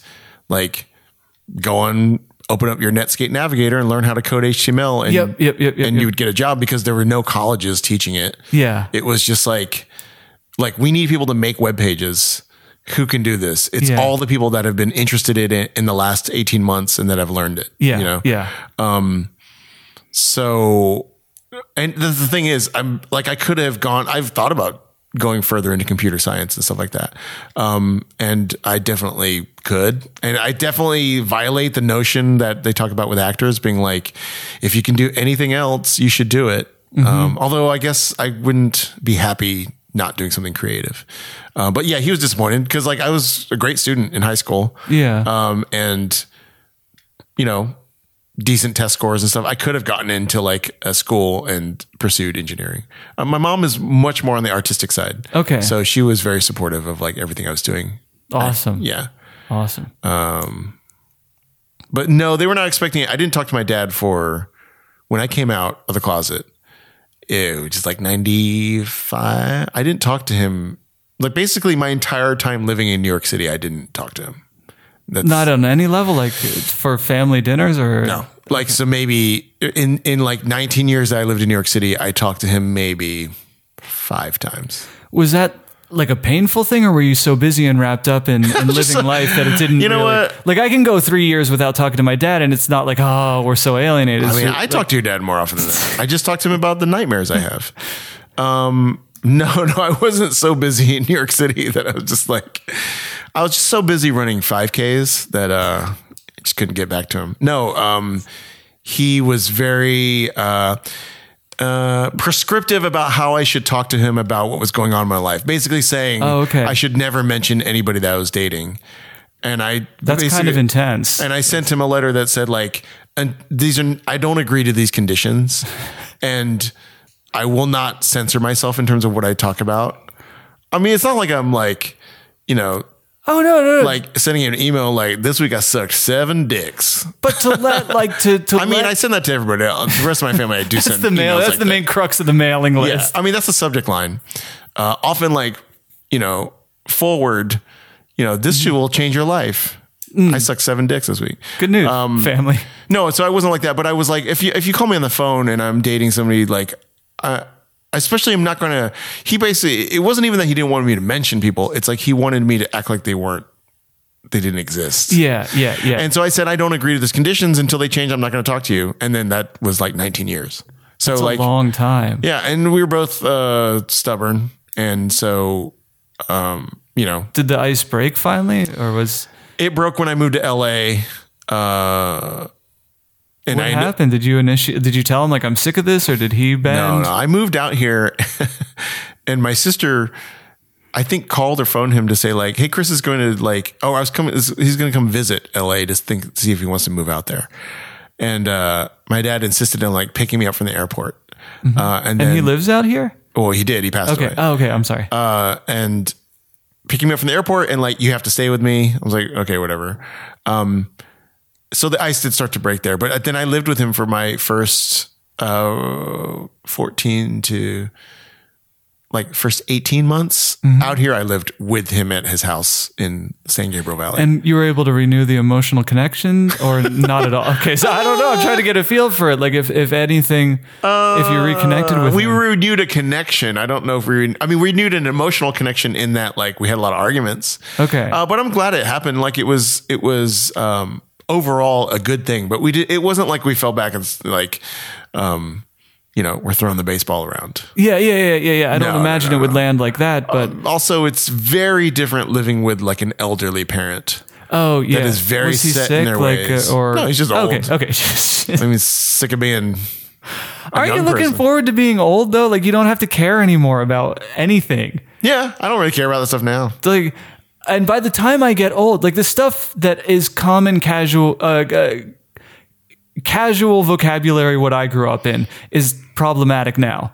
Speaker 3: like go on, open up your Netscape Navigator and learn how to code HTML, and
Speaker 4: Yep, yep, yep, yep,
Speaker 3: and
Speaker 4: yep.
Speaker 3: you would get a job because there were no colleges teaching it.
Speaker 4: Yeah.
Speaker 3: it was just like like we need people to make web pages. Who can do this? It's
Speaker 4: Yeah.
Speaker 3: all the people that have been interested in it in the last 18 months and that have learned it.
Speaker 4: yeah.
Speaker 3: You know?
Speaker 4: Yeah.
Speaker 3: So, and the, the thing is, I'm like, I could have gone, I've thought about going further into computer science and stuff like that. Um, and I definitely could. And I definitely violate the notion that they talk about with actors being like, if you can do anything else, you should do it. Um, although I guess I wouldn't be happy not doing something creative. Uh, but yeah, he was disappointed because like I was a great student in high school.
Speaker 4: Yeah.
Speaker 3: Um, and you know, decent test scores and stuff. I could have gotten into like a school and pursued engineering. Uh, my mom is much more on the artistic side.
Speaker 4: Okay.
Speaker 3: So she was very supportive of like everything I was doing.
Speaker 4: Awesome.
Speaker 3: Yeah.
Speaker 4: Awesome.
Speaker 3: But no, they were not expecting it. I didn't talk to my dad for when I came out of the closet. Ew, just like 95. I didn't talk to him. Like basically my entire time living in New York City, I didn't talk to him. That's
Speaker 4: Not on any level, like for family dinners or
Speaker 3: No. Like so maybe in in like 19 years that I lived in New York City, I talked to him maybe 5 times.
Speaker 4: was that like a painful thing or were you so busy and wrapped up in, in living life that it didn't
Speaker 3: You know
Speaker 4: really-
Speaker 3: what?
Speaker 4: like i can go three years without talking to my dad and it's not like oh we're so alienated
Speaker 3: I mean,
Speaker 4: So-
Speaker 3: I talk to your dad more often than that. I just talked to him about the nightmares I have. Um, no, no, I wasn't so busy in New York City that I was just like, I was just so busy running 5Ks that uh, I just couldn't get back to him. No, um, he was very uh, uh, prescriptive about how I should talk to him about what was going on in my life. Basically saying,
Speaker 4: Oh, okay.
Speaker 3: I should never mention anybody that I was dating. And I
Speaker 4: that's kind of
Speaker 3: basically-
Speaker 4: intense
Speaker 3: and I sent him a letter that said like, and these are I don't agree to these conditions, and I will not censor myself in terms of what I talk about. I mean, it's not like I'm like, you know,
Speaker 4: oh no no, no.
Speaker 3: like sending an email like this week I sucked seven dicks.
Speaker 4: but to let like to, to
Speaker 3: I mean,
Speaker 4: let,
Speaker 3: I send that to everybody else. The rest of my family, I do
Speaker 4: that's
Speaker 3: send
Speaker 4: the mail
Speaker 3: emails
Speaker 4: that's
Speaker 3: like
Speaker 4: the
Speaker 3: that.
Speaker 4: main crux of the mailing
Speaker 3: Yeah,
Speaker 4: list
Speaker 3: I mean that's the subject line. Uh, often, like you know, forward. You know, this shoe will change your life. I sucked seven dicks this week. Uh,
Speaker 4: Mm. good news family
Speaker 3: No, so I wasn't like that, but I was like, if you if you call me on the phone and I'm dating somebody, like, I especially I'm not going to. He basically, it wasn't even that he didn't want me to mention people. It's like he wanted me to act like they weren't, they didn't exist.
Speaker 4: yeah yeah yeah
Speaker 3: And so I said, I don't agree to these conditions until they change. I'm not going to talk to you. And then that was like 19 years. So
Speaker 4: it's
Speaker 3: like,
Speaker 4: a long time
Speaker 3: yeah, and we were both uh, stubborn, and so um, you know,
Speaker 4: did the ice break finally or was
Speaker 3: it broke when I moved to LA. Uh, and
Speaker 4: what
Speaker 3: I kn-
Speaker 4: happened did you initiate did you tell him like i'm sick of this or did he bend
Speaker 3: No, no. I moved out here and my sister, I think called or phoned him to say like, Hey, Chris is going to like, Oh, I was coming. He's going to come visit LA to think, see if he wants to move out there. And, uh, my dad insisted on like picking me up from the airport. Uh, and, then,
Speaker 4: Mm-hmm. and he lives out here
Speaker 3: well, he did, he passed
Speaker 4: okay
Speaker 3: away
Speaker 4: oh, okay i'm sorry
Speaker 3: uh, and picking me up from the airport and like you have to stay with me. I was like, okay, whatever. Um, so the ice did start to break there, but then I lived with him for my first uh, fourteen to like first eighteen months out here. I lived with him at his house in San Gabriel Valley.
Speaker 4: And you were able to renew the emotional connection or not at all? Okay, so I don't know. I'm trying to get a feel for it. Like if, if anything, if you reconnected with
Speaker 3: Uh, we
Speaker 4: him.
Speaker 3: renewed a connection. I don't know if we, re- I mean, we renewed an emotional connection in that, like, we had a lot of arguments.
Speaker 4: Okay.
Speaker 3: Uh, but I'm glad it happened. Like, it was, it was, um, overall a good thing, but we did, it wasn't like we fell back and, s- like, um, you know, we're throwing the baseball around.
Speaker 4: yeah, yeah, yeah, yeah, yeah. I don't
Speaker 3: No, no,
Speaker 4: imagine
Speaker 3: no,
Speaker 4: it would land like that, but
Speaker 3: Also, it's very different living with, like, an elderly parent.
Speaker 4: oh yeah,
Speaker 3: that is very
Speaker 4: Was he
Speaker 3: set
Speaker 4: sick?
Speaker 3: in their
Speaker 4: like, uh,
Speaker 3: ways.
Speaker 4: or
Speaker 3: No, he's just old.
Speaker 4: Okay, okay.
Speaker 3: I mean, sick of being. a
Speaker 4: Are you
Speaker 3: young
Speaker 4: looking
Speaker 3: person.
Speaker 4: forward to being old though? Like you don't have to care anymore about anything.
Speaker 3: Yeah, I don't really care about that stuff now.
Speaker 4: It's like and by the time i get old like the stuff that is common casual uh, uh, casual vocabulary what i grew up in is problematic now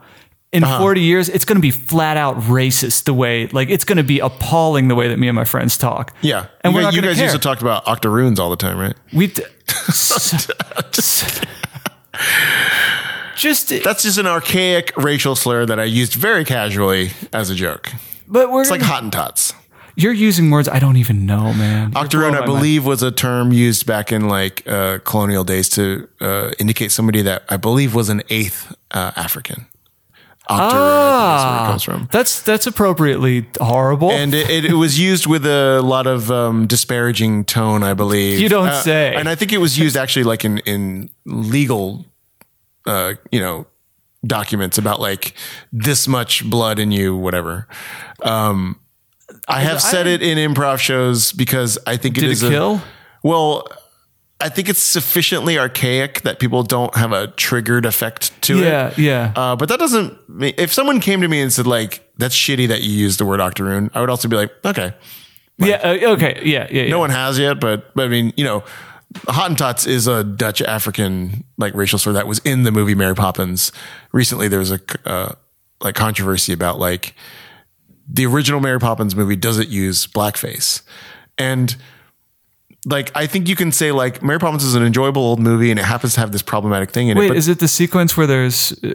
Speaker 4: in
Speaker 3: Uh-huh.
Speaker 4: 40 years it's going to be flat out racist the way like it's going to be appalling the way that me and my friends talk
Speaker 3: Yeah,
Speaker 4: and
Speaker 3: you
Speaker 4: we're
Speaker 3: guys,
Speaker 4: not
Speaker 3: you
Speaker 4: gonna
Speaker 3: guys
Speaker 4: care.
Speaker 3: used to talk about octoroons all the time, right?
Speaker 4: we t- just
Speaker 3: That's just an archaic racial slur that I used very casually as a joke.
Speaker 4: but we're
Speaker 3: It's like
Speaker 4: gonna-
Speaker 3: Hottentots.
Speaker 4: you're using words i don't even know man You're blowing
Speaker 3: Octoroon, I
Speaker 4: my mind.
Speaker 3: believe, was a term used back in like uh, colonial days to uh, indicate somebody that I believe was an eighth uh, African. Octoroon, ah. that's where it comes from.
Speaker 4: that's that's appropriately horrible
Speaker 3: And it, it, it was used with a lot of um, disparaging tone, I believe.
Speaker 4: You don't
Speaker 3: Uh,
Speaker 4: say.
Speaker 3: And I think it was used actually like in in legal, uh, you know, documents about like this much blood in you, whatever. Um, I have said it in improv shows because I think
Speaker 4: Did
Speaker 3: is
Speaker 4: it
Speaker 3: a-
Speaker 4: kill?
Speaker 3: well, I think it's sufficiently archaic that people don't have a triggered effect to
Speaker 4: Yeah,
Speaker 3: it.
Speaker 4: yeah.
Speaker 3: Uh, but that doesn't. mean If someone came to me and said like, "That's shitty that you used the word octoroon," I would also be like, "Okay,
Speaker 4: yeah. Uh, okay. Yeah. Yeah.
Speaker 3: no one has yet." But, but I mean, you know, Hottentots is a Dutch African like racial slur that was in the movie Mary Poppins. Recently, there was a uh, like controversy about like the original Mary Poppins movie doesn't use blackface. And like I think you can say like Mary Poppins is an enjoyable old movie and it happens to have this problematic thing in it.
Speaker 4: Wait,
Speaker 3: but
Speaker 4: is it the sequence where there's? uh,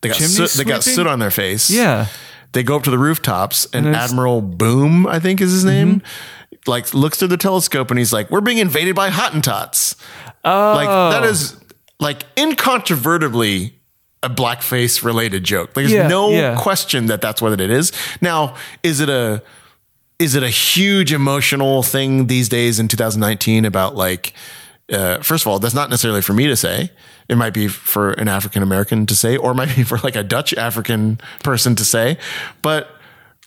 Speaker 3: they got
Speaker 4: chimney
Speaker 3: soot, they got
Speaker 4: sweeping?
Speaker 3: soot on their face.
Speaker 4: Yeah.
Speaker 3: They go up to the rooftops and,
Speaker 4: And it's-
Speaker 3: Admiral Boom, I think is his
Speaker 4: Mm-hmm.
Speaker 3: name, like looks through the telescope and he's like, "We're being invaded by Hottentots." Oh. Like that is like incontrovertibly a blackface related joke. Like, There's
Speaker 4: Yeah,
Speaker 3: no
Speaker 4: yeah.
Speaker 3: question that that's what it is. Now, is it a is it a huge emotional thing these days in 2019 about like uh, first of all that's not necessarily for me to say it might be for an african american to say or it might be for like a dutch african person to say but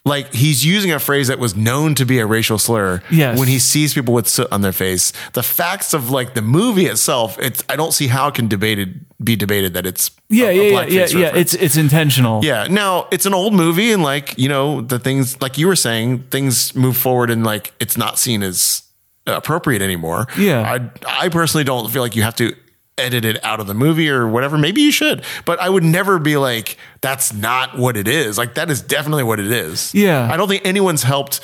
Speaker 3: like he's using a phrase that was known to be a racial slur
Speaker 4: Yes.
Speaker 3: when he sees people with soot on their face the facts of like the movie itself it's i don't see how it can debated be debated that it's
Speaker 4: Yeah.
Speaker 3: a- a
Speaker 4: Yeah. Yeah.
Speaker 3: blackface
Speaker 4: Yeah. yeah.
Speaker 3: reference.
Speaker 4: It's it's intentional.
Speaker 3: Yeah. Now it's an old movie, and like you know, the things like you were saying, things move forward, and like it's not seen as appropriate anymore.
Speaker 4: Yeah.
Speaker 3: I I personally don't feel like you have to edit it out of the movie or whatever. Maybe you should, but I would never be like, that's not what it is. Like that is definitely what it is.
Speaker 4: Yeah.
Speaker 3: I don't think anyone's helped.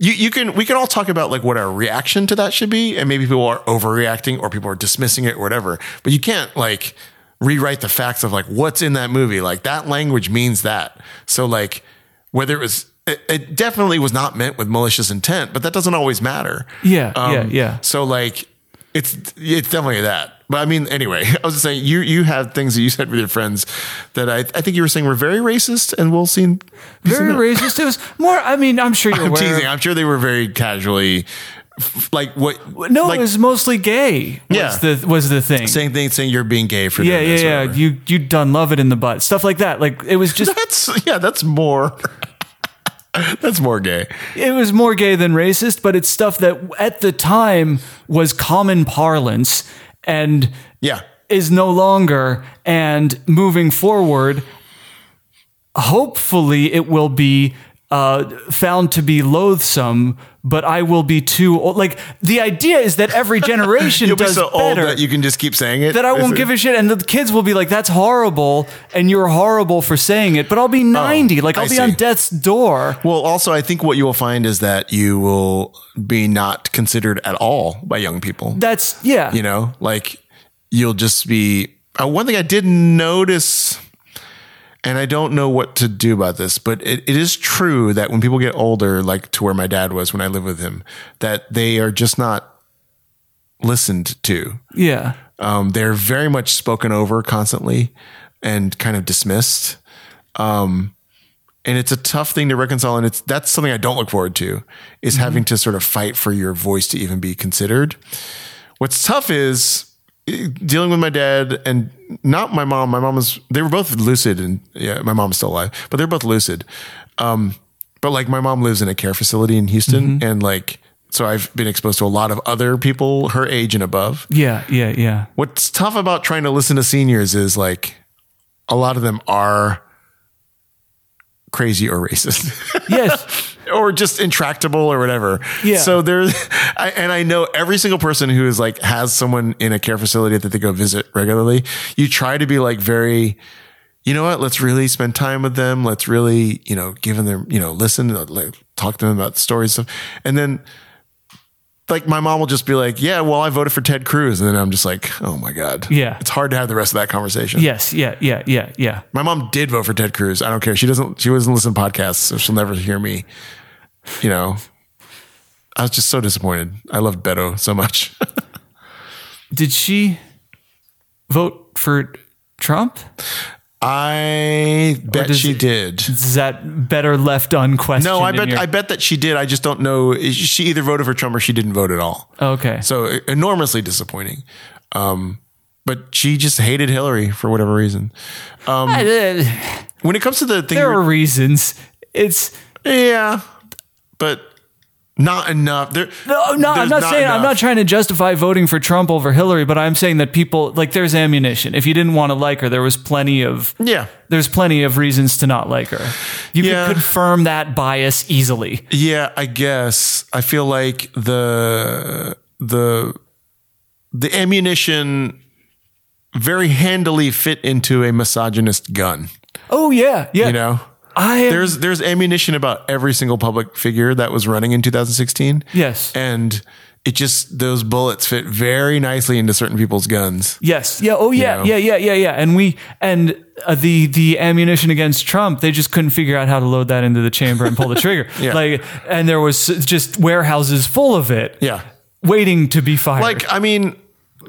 Speaker 3: You, you can we can all talk about like what our reaction to that should be, and maybe people are overreacting or people are dismissing it or whatever. But you can't like rewrite the facts of like what's in that movie. Like that language means that. So like whether it was it, it definitely was not meant with malicious intent, but that doesn't always matter. Um,
Speaker 4: Yeah, yeah, yeah.
Speaker 3: So like it's it's definitely that. But I mean, anyway, I was just saying you you had things that you said with your friends that I I think you were saying were very racist, and we'll see.
Speaker 4: Very racist. It was more. I mean, I'm sure you're
Speaker 3: I'm
Speaker 4: aware.
Speaker 3: teasing. I'm sure they were very casually, f- like what?
Speaker 4: no,
Speaker 3: like
Speaker 4: it was mostly gay. Was
Speaker 3: Yeah.
Speaker 4: The was the thing.
Speaker 3: saying things saying you're being gay for
Speaker 4: yeah.
Speaker 3: doing
Speaker 4: Yeah.
Speaker 3: this or
Speaker 4: Yeah.
Speaker 3: whatever.
Speaker 4: You you done love it in the butt. Stuff like that. Like it was just.
Speaker 3: that's yeah, that's more. that's more gay.
Speaker 4: it was more gay than racist, but it's stuff that at the time was common parlance and
Speaker 3: Yeah,
Speaker 4: is no longer. And moving forward, hopefully it will be uh, found to be loathsome. But I will be too old. Like the idea is that every generation
Speaker 3: you'll be
Speaker 4: does
Speaker 3: so old
Speaker 4: better
Speaker 3: that you can just keep saying it.
Speaker 4: that I
Speaker 3: Is
Speaker 4: won't
Speaker 3: it-
Speaker 4: give a shit. And the kids will be like, that's horrible. And you're horrible for saying it. But I'll be 90. like, I'll
Speaker 3: Oh, I
Speaker 4: be on
Speaker 3: see.
Speaker 4: death's door.
Speaker 3: Well, also, I think what you will find is that you will be not considered at all by young people.
Speaker 4: That's, yeah.
Speaker 3: you know, like you'll just be. Uh, one thing I did notice, and I don't know what to do about this, but it, it is true that when people get older, like to where my dad was when I lived with him, that they are just not listened to.
Speaker 4: Yeah.
Speaker 3: Um, they're very much spoken over constantly and kind of dismissed. Um, and it's a tough thing to reconcile. And it's, that's something I don't look forward to is having to sort of fight for your voice to even be considered. What's tough is eh, dealing with my dad and not my mom. My mom was, they were both lucid and yeah, my mom's still alive, but they're both lucid. Um, but like my mom lives in a care facility in Houston and like, so I've been exposed to a lot of other people her age and above
Speaker 4: Yeah. Yeah. Yeah.
Speaker 3: what's tough about trying to listen to seniors is like a lot of them are crazy or racist
Speaker 4: yes.
Speaker 3: or just intractable or whatever.
Speaker 4: Yeah.
Speaker 3: So there, I, and I know every single person who is like has someone in a care facility that they go visit regularly. You try to be like very, you know what? Let's really spend time with them. Let's really, you know, give them, their- you know, listen, uh, like, talk to them about stories and stuff. And then like my mom will just be like, yeah, well, I voted for Ted Cruz. And then I'm just like, oh my God.
Speaker 4: Yeah.
Speaker 3: It's hard to have the rest of that conversation.
Speaker 4: Yes. Yeah. Yeah. Yeah. Yeah.
Speaker 3: My mom did vote for Ted Cruz. I don't care. She doesn't. She doesn't listen to podcasts, so she'll never hear me. You know, I was just so disappointed. I loved Beto so much.
Speaker 4: Did she vote for Trump?
Speaker 3: I bet
Speaker 4: does
Speaker 3: she
Speaker 4: it-
Speaker 3: did.
Speaker 4: Is that better left unquestioned?
Speaker 3: No, I
Speaker 4: in
Speaker 3: bet.
Speaker 4: your-
Speaker 3: I bet that she did. I just don't know. She either voted for Trump or she didn't vote at all.
Speaker 4: Okay.
Speaker 3: So enormously disappointing. e, Um, but she just hated Hillary for whatever reason. Um,
Speaker 4: there
Speaker 3: when it comes to the thing,
Speaker 4: Uh, are reasons. It's
Speaker 3: yeah, but not enough. There,
Speaker 4: no, I'm not, I'm
Speaker 3: there's
Speaker 4: not, saying I'm
Speaker 3: enough.
Speaker 4: not trying to justify voting for Trump over Hillary, but I'm saying that people like there's ammunition. If you didn't want to like her, there was plenty of
Speaker 3: Yeah,
Speaker 4: there's plenty of reasons to not like her. You
Speaker 3: Yeah.
Speaker 4: could confirm that bias easily.
Speaker 3: yeah. I guess I feel like the the the ammunition very handily fit into a misogynist gun.
Speaker 4: Oh yeah, yeah.
Speaker 3: You know,
Speaker 4: I am,
Speaker 3: there's there's ammunition about every single public figure that was running in 2016.
Speaker 4: yes.
Speaker 3: and it just those bullets fit very nicely into certain people's guns.
Speaker 4: Yes. Yeah. Oh, yeah.
Speaker 3: You know?
Speaker 4: Yeah. Yeah. Yeah. Yeah. And we and uh, the the ammunition against Trump, they just couldn't figure out how to load that into the chamber and pull the trigger.
Speaker 3: Yeah.
Speaker 4: Like, and there was just warehouses full of it.
Speaker 3: Yeah.
Speaker 4: Waiting to be fired.
Speaker 3: Like I mean,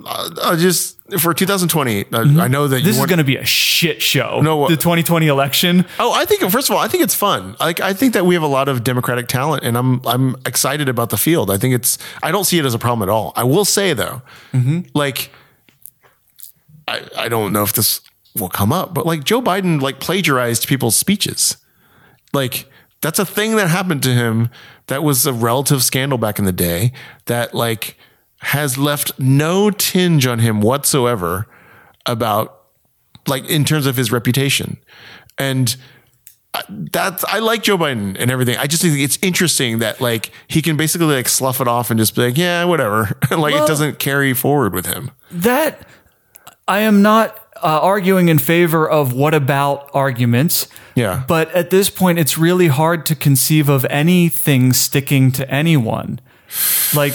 Speaker 3: uh, uh, just for 2020, uh, I know that
Speaker 4: Mm-hmm. this
Speaker 3: you
Speaker 4: is
Speaker 3: want,
Speaker 4: going to be a shit show.
Speaker 3: No, uh,
Speaker 4: the 2020 election.
Speaker 3: Oh, I think first of all, I think it's fun. Like I think that we have a lot of democratic talent, and I'm I'm excited about the field. I think it's I don't see it as a problem at all. I will say though, like I I don't know if this will come up, but like Joe Biden like plagiarized people's speeches. Like that's a thing that happened to him. That was a relative scandal back in the day. That like has left no tinge on him whatsoever about like in terms of his reputation. And I- that's I like Joe Biden and everything. I just think it's interesting that like he can basically like slough it off and just be like, yeah, whatever. like
Speaker 4: Well-
Speaker 3: it doesn't carry forward with him.
Speaker 4: That I am not uh, arguing in favor of what about arguments.
Speaker 3: Yeah.
Speaker 4: But at this point, it's really hard to conceive of anything sticking to anyone. Like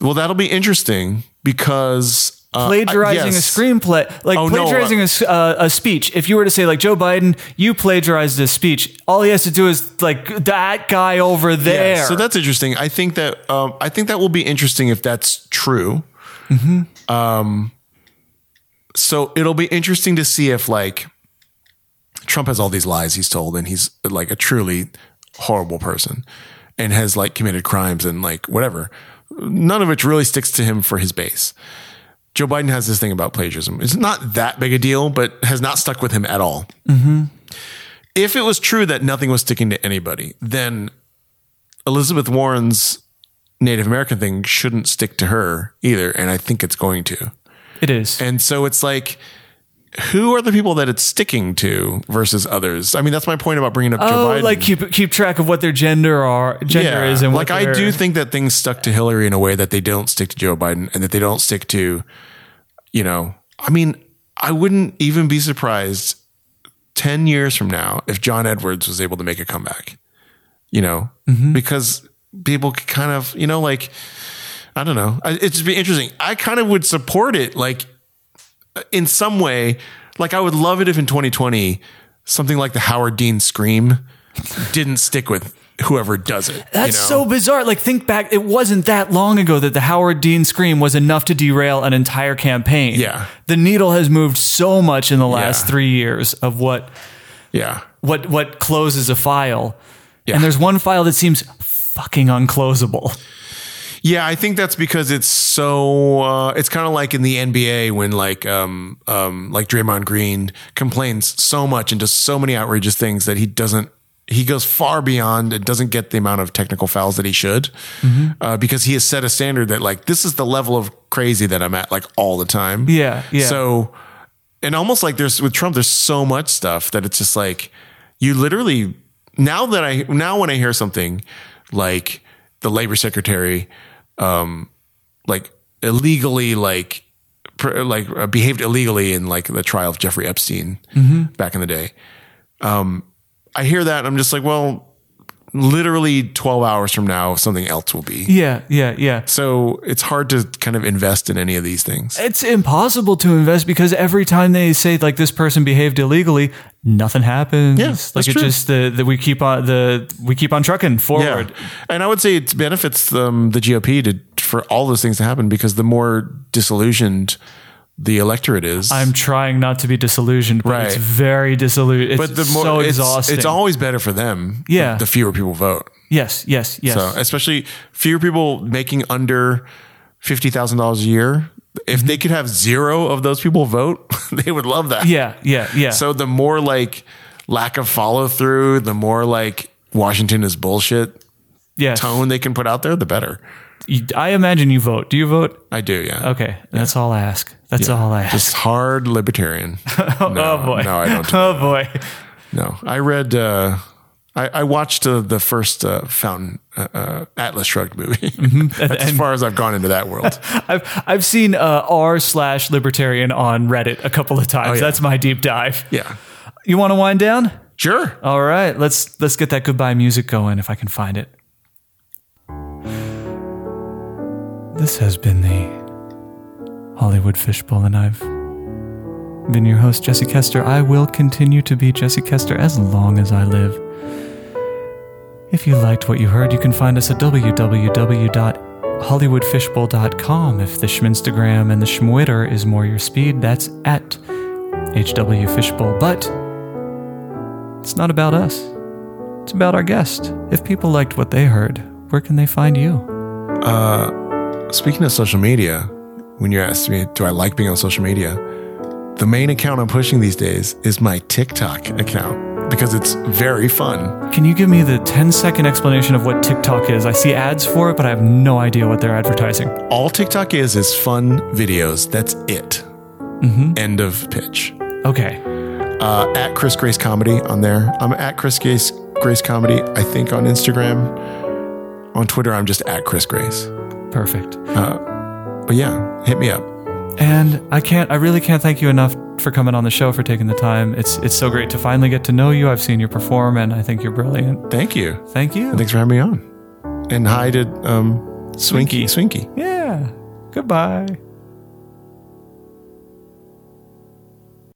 Speaker 3: Well, that'll be interesting because uh, I-
Speaker 4: plagiarizing
Speaker 3: yes.
Speaker 4: a screenplay, like
Speaker 3: no,
Speaker 4: plagiarizing
Speaker 3: uh,
Speaker 4: a s a, uh, a speech. If you were to say like Joe Biden, you plagiarized this speech. All he has to do is like that guy over there.
Speaker 3: Yeah, so that's interesting. I think that um, I think that will be interesting if that's true. Um, so it'll be interesting to see if like Trump has all these lies he's told, and he's like a truly horrible person, and has like committed crimes and like whatever. None of which really sticks to him for his base. Joe Biden has this thing about plagiarism. It's not that big a deal, but has not stuck with him at all. If it was true that nothing was sticking to anybody, then Elizabeth Warren's Native American thing shouldn't stick to her either, and I think it's going to.
Speaker 4: it is.
Speaker 3: And so it's like, who are the people that it's sticking to versus others? I mean, that's my point about bringing up Joe
Speaker 4: Oh,
Speaker 3: Biden.
Speaker 4: like keep keep track of what their gender are gender is and what
Speaker 3: like I
Speaker 4: their-
Speaker 3: do think that things stuck to Hillary in a way that they don't stick to Joe Biden, and that they don't stick to, you know, I mean, I wouldn't even be surprised ten years from now if John Edwards was able to make a comeback, you know,
Speaker 4: Mm-hmm.
Speaker 3: because people could kind of, you know, like I don't know, I- it'd just be interesting. I kind of would support it, like uh, in some way, like I would love it if in 2020 something like the Howard Dean scream didn't stick with whoever does it.
Speaker 4: That's so bizarre. Like, think back. It wasn't that long ago that the Howard Dean scream was enough to derail an entire campaign.
Speaker 3: Yeah.
Speaker 4: the needle has moved so much in the last
Speaker 3: Yeah.
Speaker 4: three years of what
Speaker 3: yeah.
Speaker 4: what what closes a file.
Speaker 3: Yeah.
Speaker 4: And there's one file that seems fucking unclosable.
Speaker 3: Yeah, I think that's because it's so uh, it's kind of like in the NBA when like um um like Draymond Green complains so much and does so many outrageous things that he doesn't he goes far beyond and doesn't get the amount of technical fouls that he should uh, because he has set a standard that like this is the level of crazy that I'm at like all the time.
Speaker 4: Yeah, yeah.
Speaker 3: So and almost like there's with Trump, there's so much stuff that it's just like you literally now that I now when I hear something like the labor secretary, um, like illegally like pr- like uh, behaved illegally in like the trial of Jeffrey Epstein
Speaker 4: Mm-hmm.
Speaker 3: back in the day. Um, I hear that and I'm just like, well, literally 12 hours from now, something else will be.
Speaker 4: Yeah, yeah, yeah.
Speaker 3: So it's hard to kind of invest in any of these things.
Speaker 4: It's impossible to invest because every time they say like this person behaved illegally, nothing happens.
Speaker 3: Yeah, that's
Speaker 4: like it
Speaker 3: true.
Speaker 4: just the, the we keep on the we keep on trucking forward.
Speaker 3: Yeah. And I would say it benefits um, the GOP to for all those things to happen because the more disillusioned the electorate is,
Speaker 4: I'm trying not to be disillusioned, but it's
Speaker 3: Right.
Speaker 4: very disillusioned. It's
Speaker 3: but the more
Speaker 4: so
Speaker 3: it's,
Speaker 4: exhausting.
Speaker 3: it's always better for them.
Speaker 4: Yeah.
Speaker 3: the, the fewer people vote.
Speaker 4: yes, yes, yes.
Speaker 3: So especially fewer people making under fifty thousand dollars a year.
Speaker 4: Mm-hmm.
Speaker 3: If they could have zero of those people vote, they would love that.
Speaker 4: Yeah, yeah, yeah.
Speaker 3: So the more like lack of follow through, the more like Washington is bullshit
Speaker 4: yeah.
Speaker 3: tone they can put out there, the better.
Speaker 4: You- I imagine you vote. Do you vote?
Speaker 3: I do, yeah.
Speaker 4: Okay, that's all I ask. That's all I ask.
Speaker 3: Just hard libertarian. oh,
Speaker 4: oh boy.
Speaker 3: No, I don't.
Speaker 4: Oh boy.
Speaker 3: No, I read. Uh, I, I watched uh, the first uh, Fountain uh, uh, Atlas Shrugged movie.
Speaker 4: Mm-hmm.
Speaker 3: That's as far as I've gone into that world.
Speaker 4: I've I've seen uh, r slash libertarian on Reddit a couple of times.
Speaker 3: Oh, yeah.
Speaker 4: That's my deep dive.
Speaker 3: Yeah,
Speaker 4: You want to wind down?
Speaker 3: sure.
Speaker 4: All right, let's let's get that goodbye music going if I can find it. This has been the Hollywood Fishbowl, and I've been your host, Jesse Kester. I will continue to be Jesse Kester as long as I live. If you liked what you heard, you can find us at www.hollywoodfishbowl.com. If the Schminstagram and the Schmwitter is more your speed, that's at HWFishbowl. But it's not about us. It's about our guest. If people liked what they heard, where can they find you?
Speaker 3: Uh, Speaking of social media, when you asked me, do I like being on social media? The main account I'm pushing these days is my TikTok account because it's very fun.
Speaker 4: Can you give me the 10 second explanation of what TikTok is? I see ads for it, but I have no idea what they're advertising.
Speaker 3: All TikTok is is fun videos. That's it.
Speaker 4: Mm-hmm.
Speaker 3: End of pitch.
Speaker 4: Okay.
Speaker 3: uh, at Chris Grace Comedy on there. I'm at Chris Grace, Grace Comedy, I think, on Instagram. On Twitter, I'm just at Chris Grace. Uh,
Speaker 4: Perfect.
Speaker 3: But yeah, hit me up.
Speaker 4: And I can't I really can't thank you enough for coming on the show for taking the time. It's it's so great to finally get to know you. I've seen you perform and I think you're brilliant.
Speaker 3: Thank you.
Speaker 4: Thank you.
Speaker 3: Thanks for having me on. And hi to um, Swinky. Swinky.
Speaker 4: yeah. Goodbye.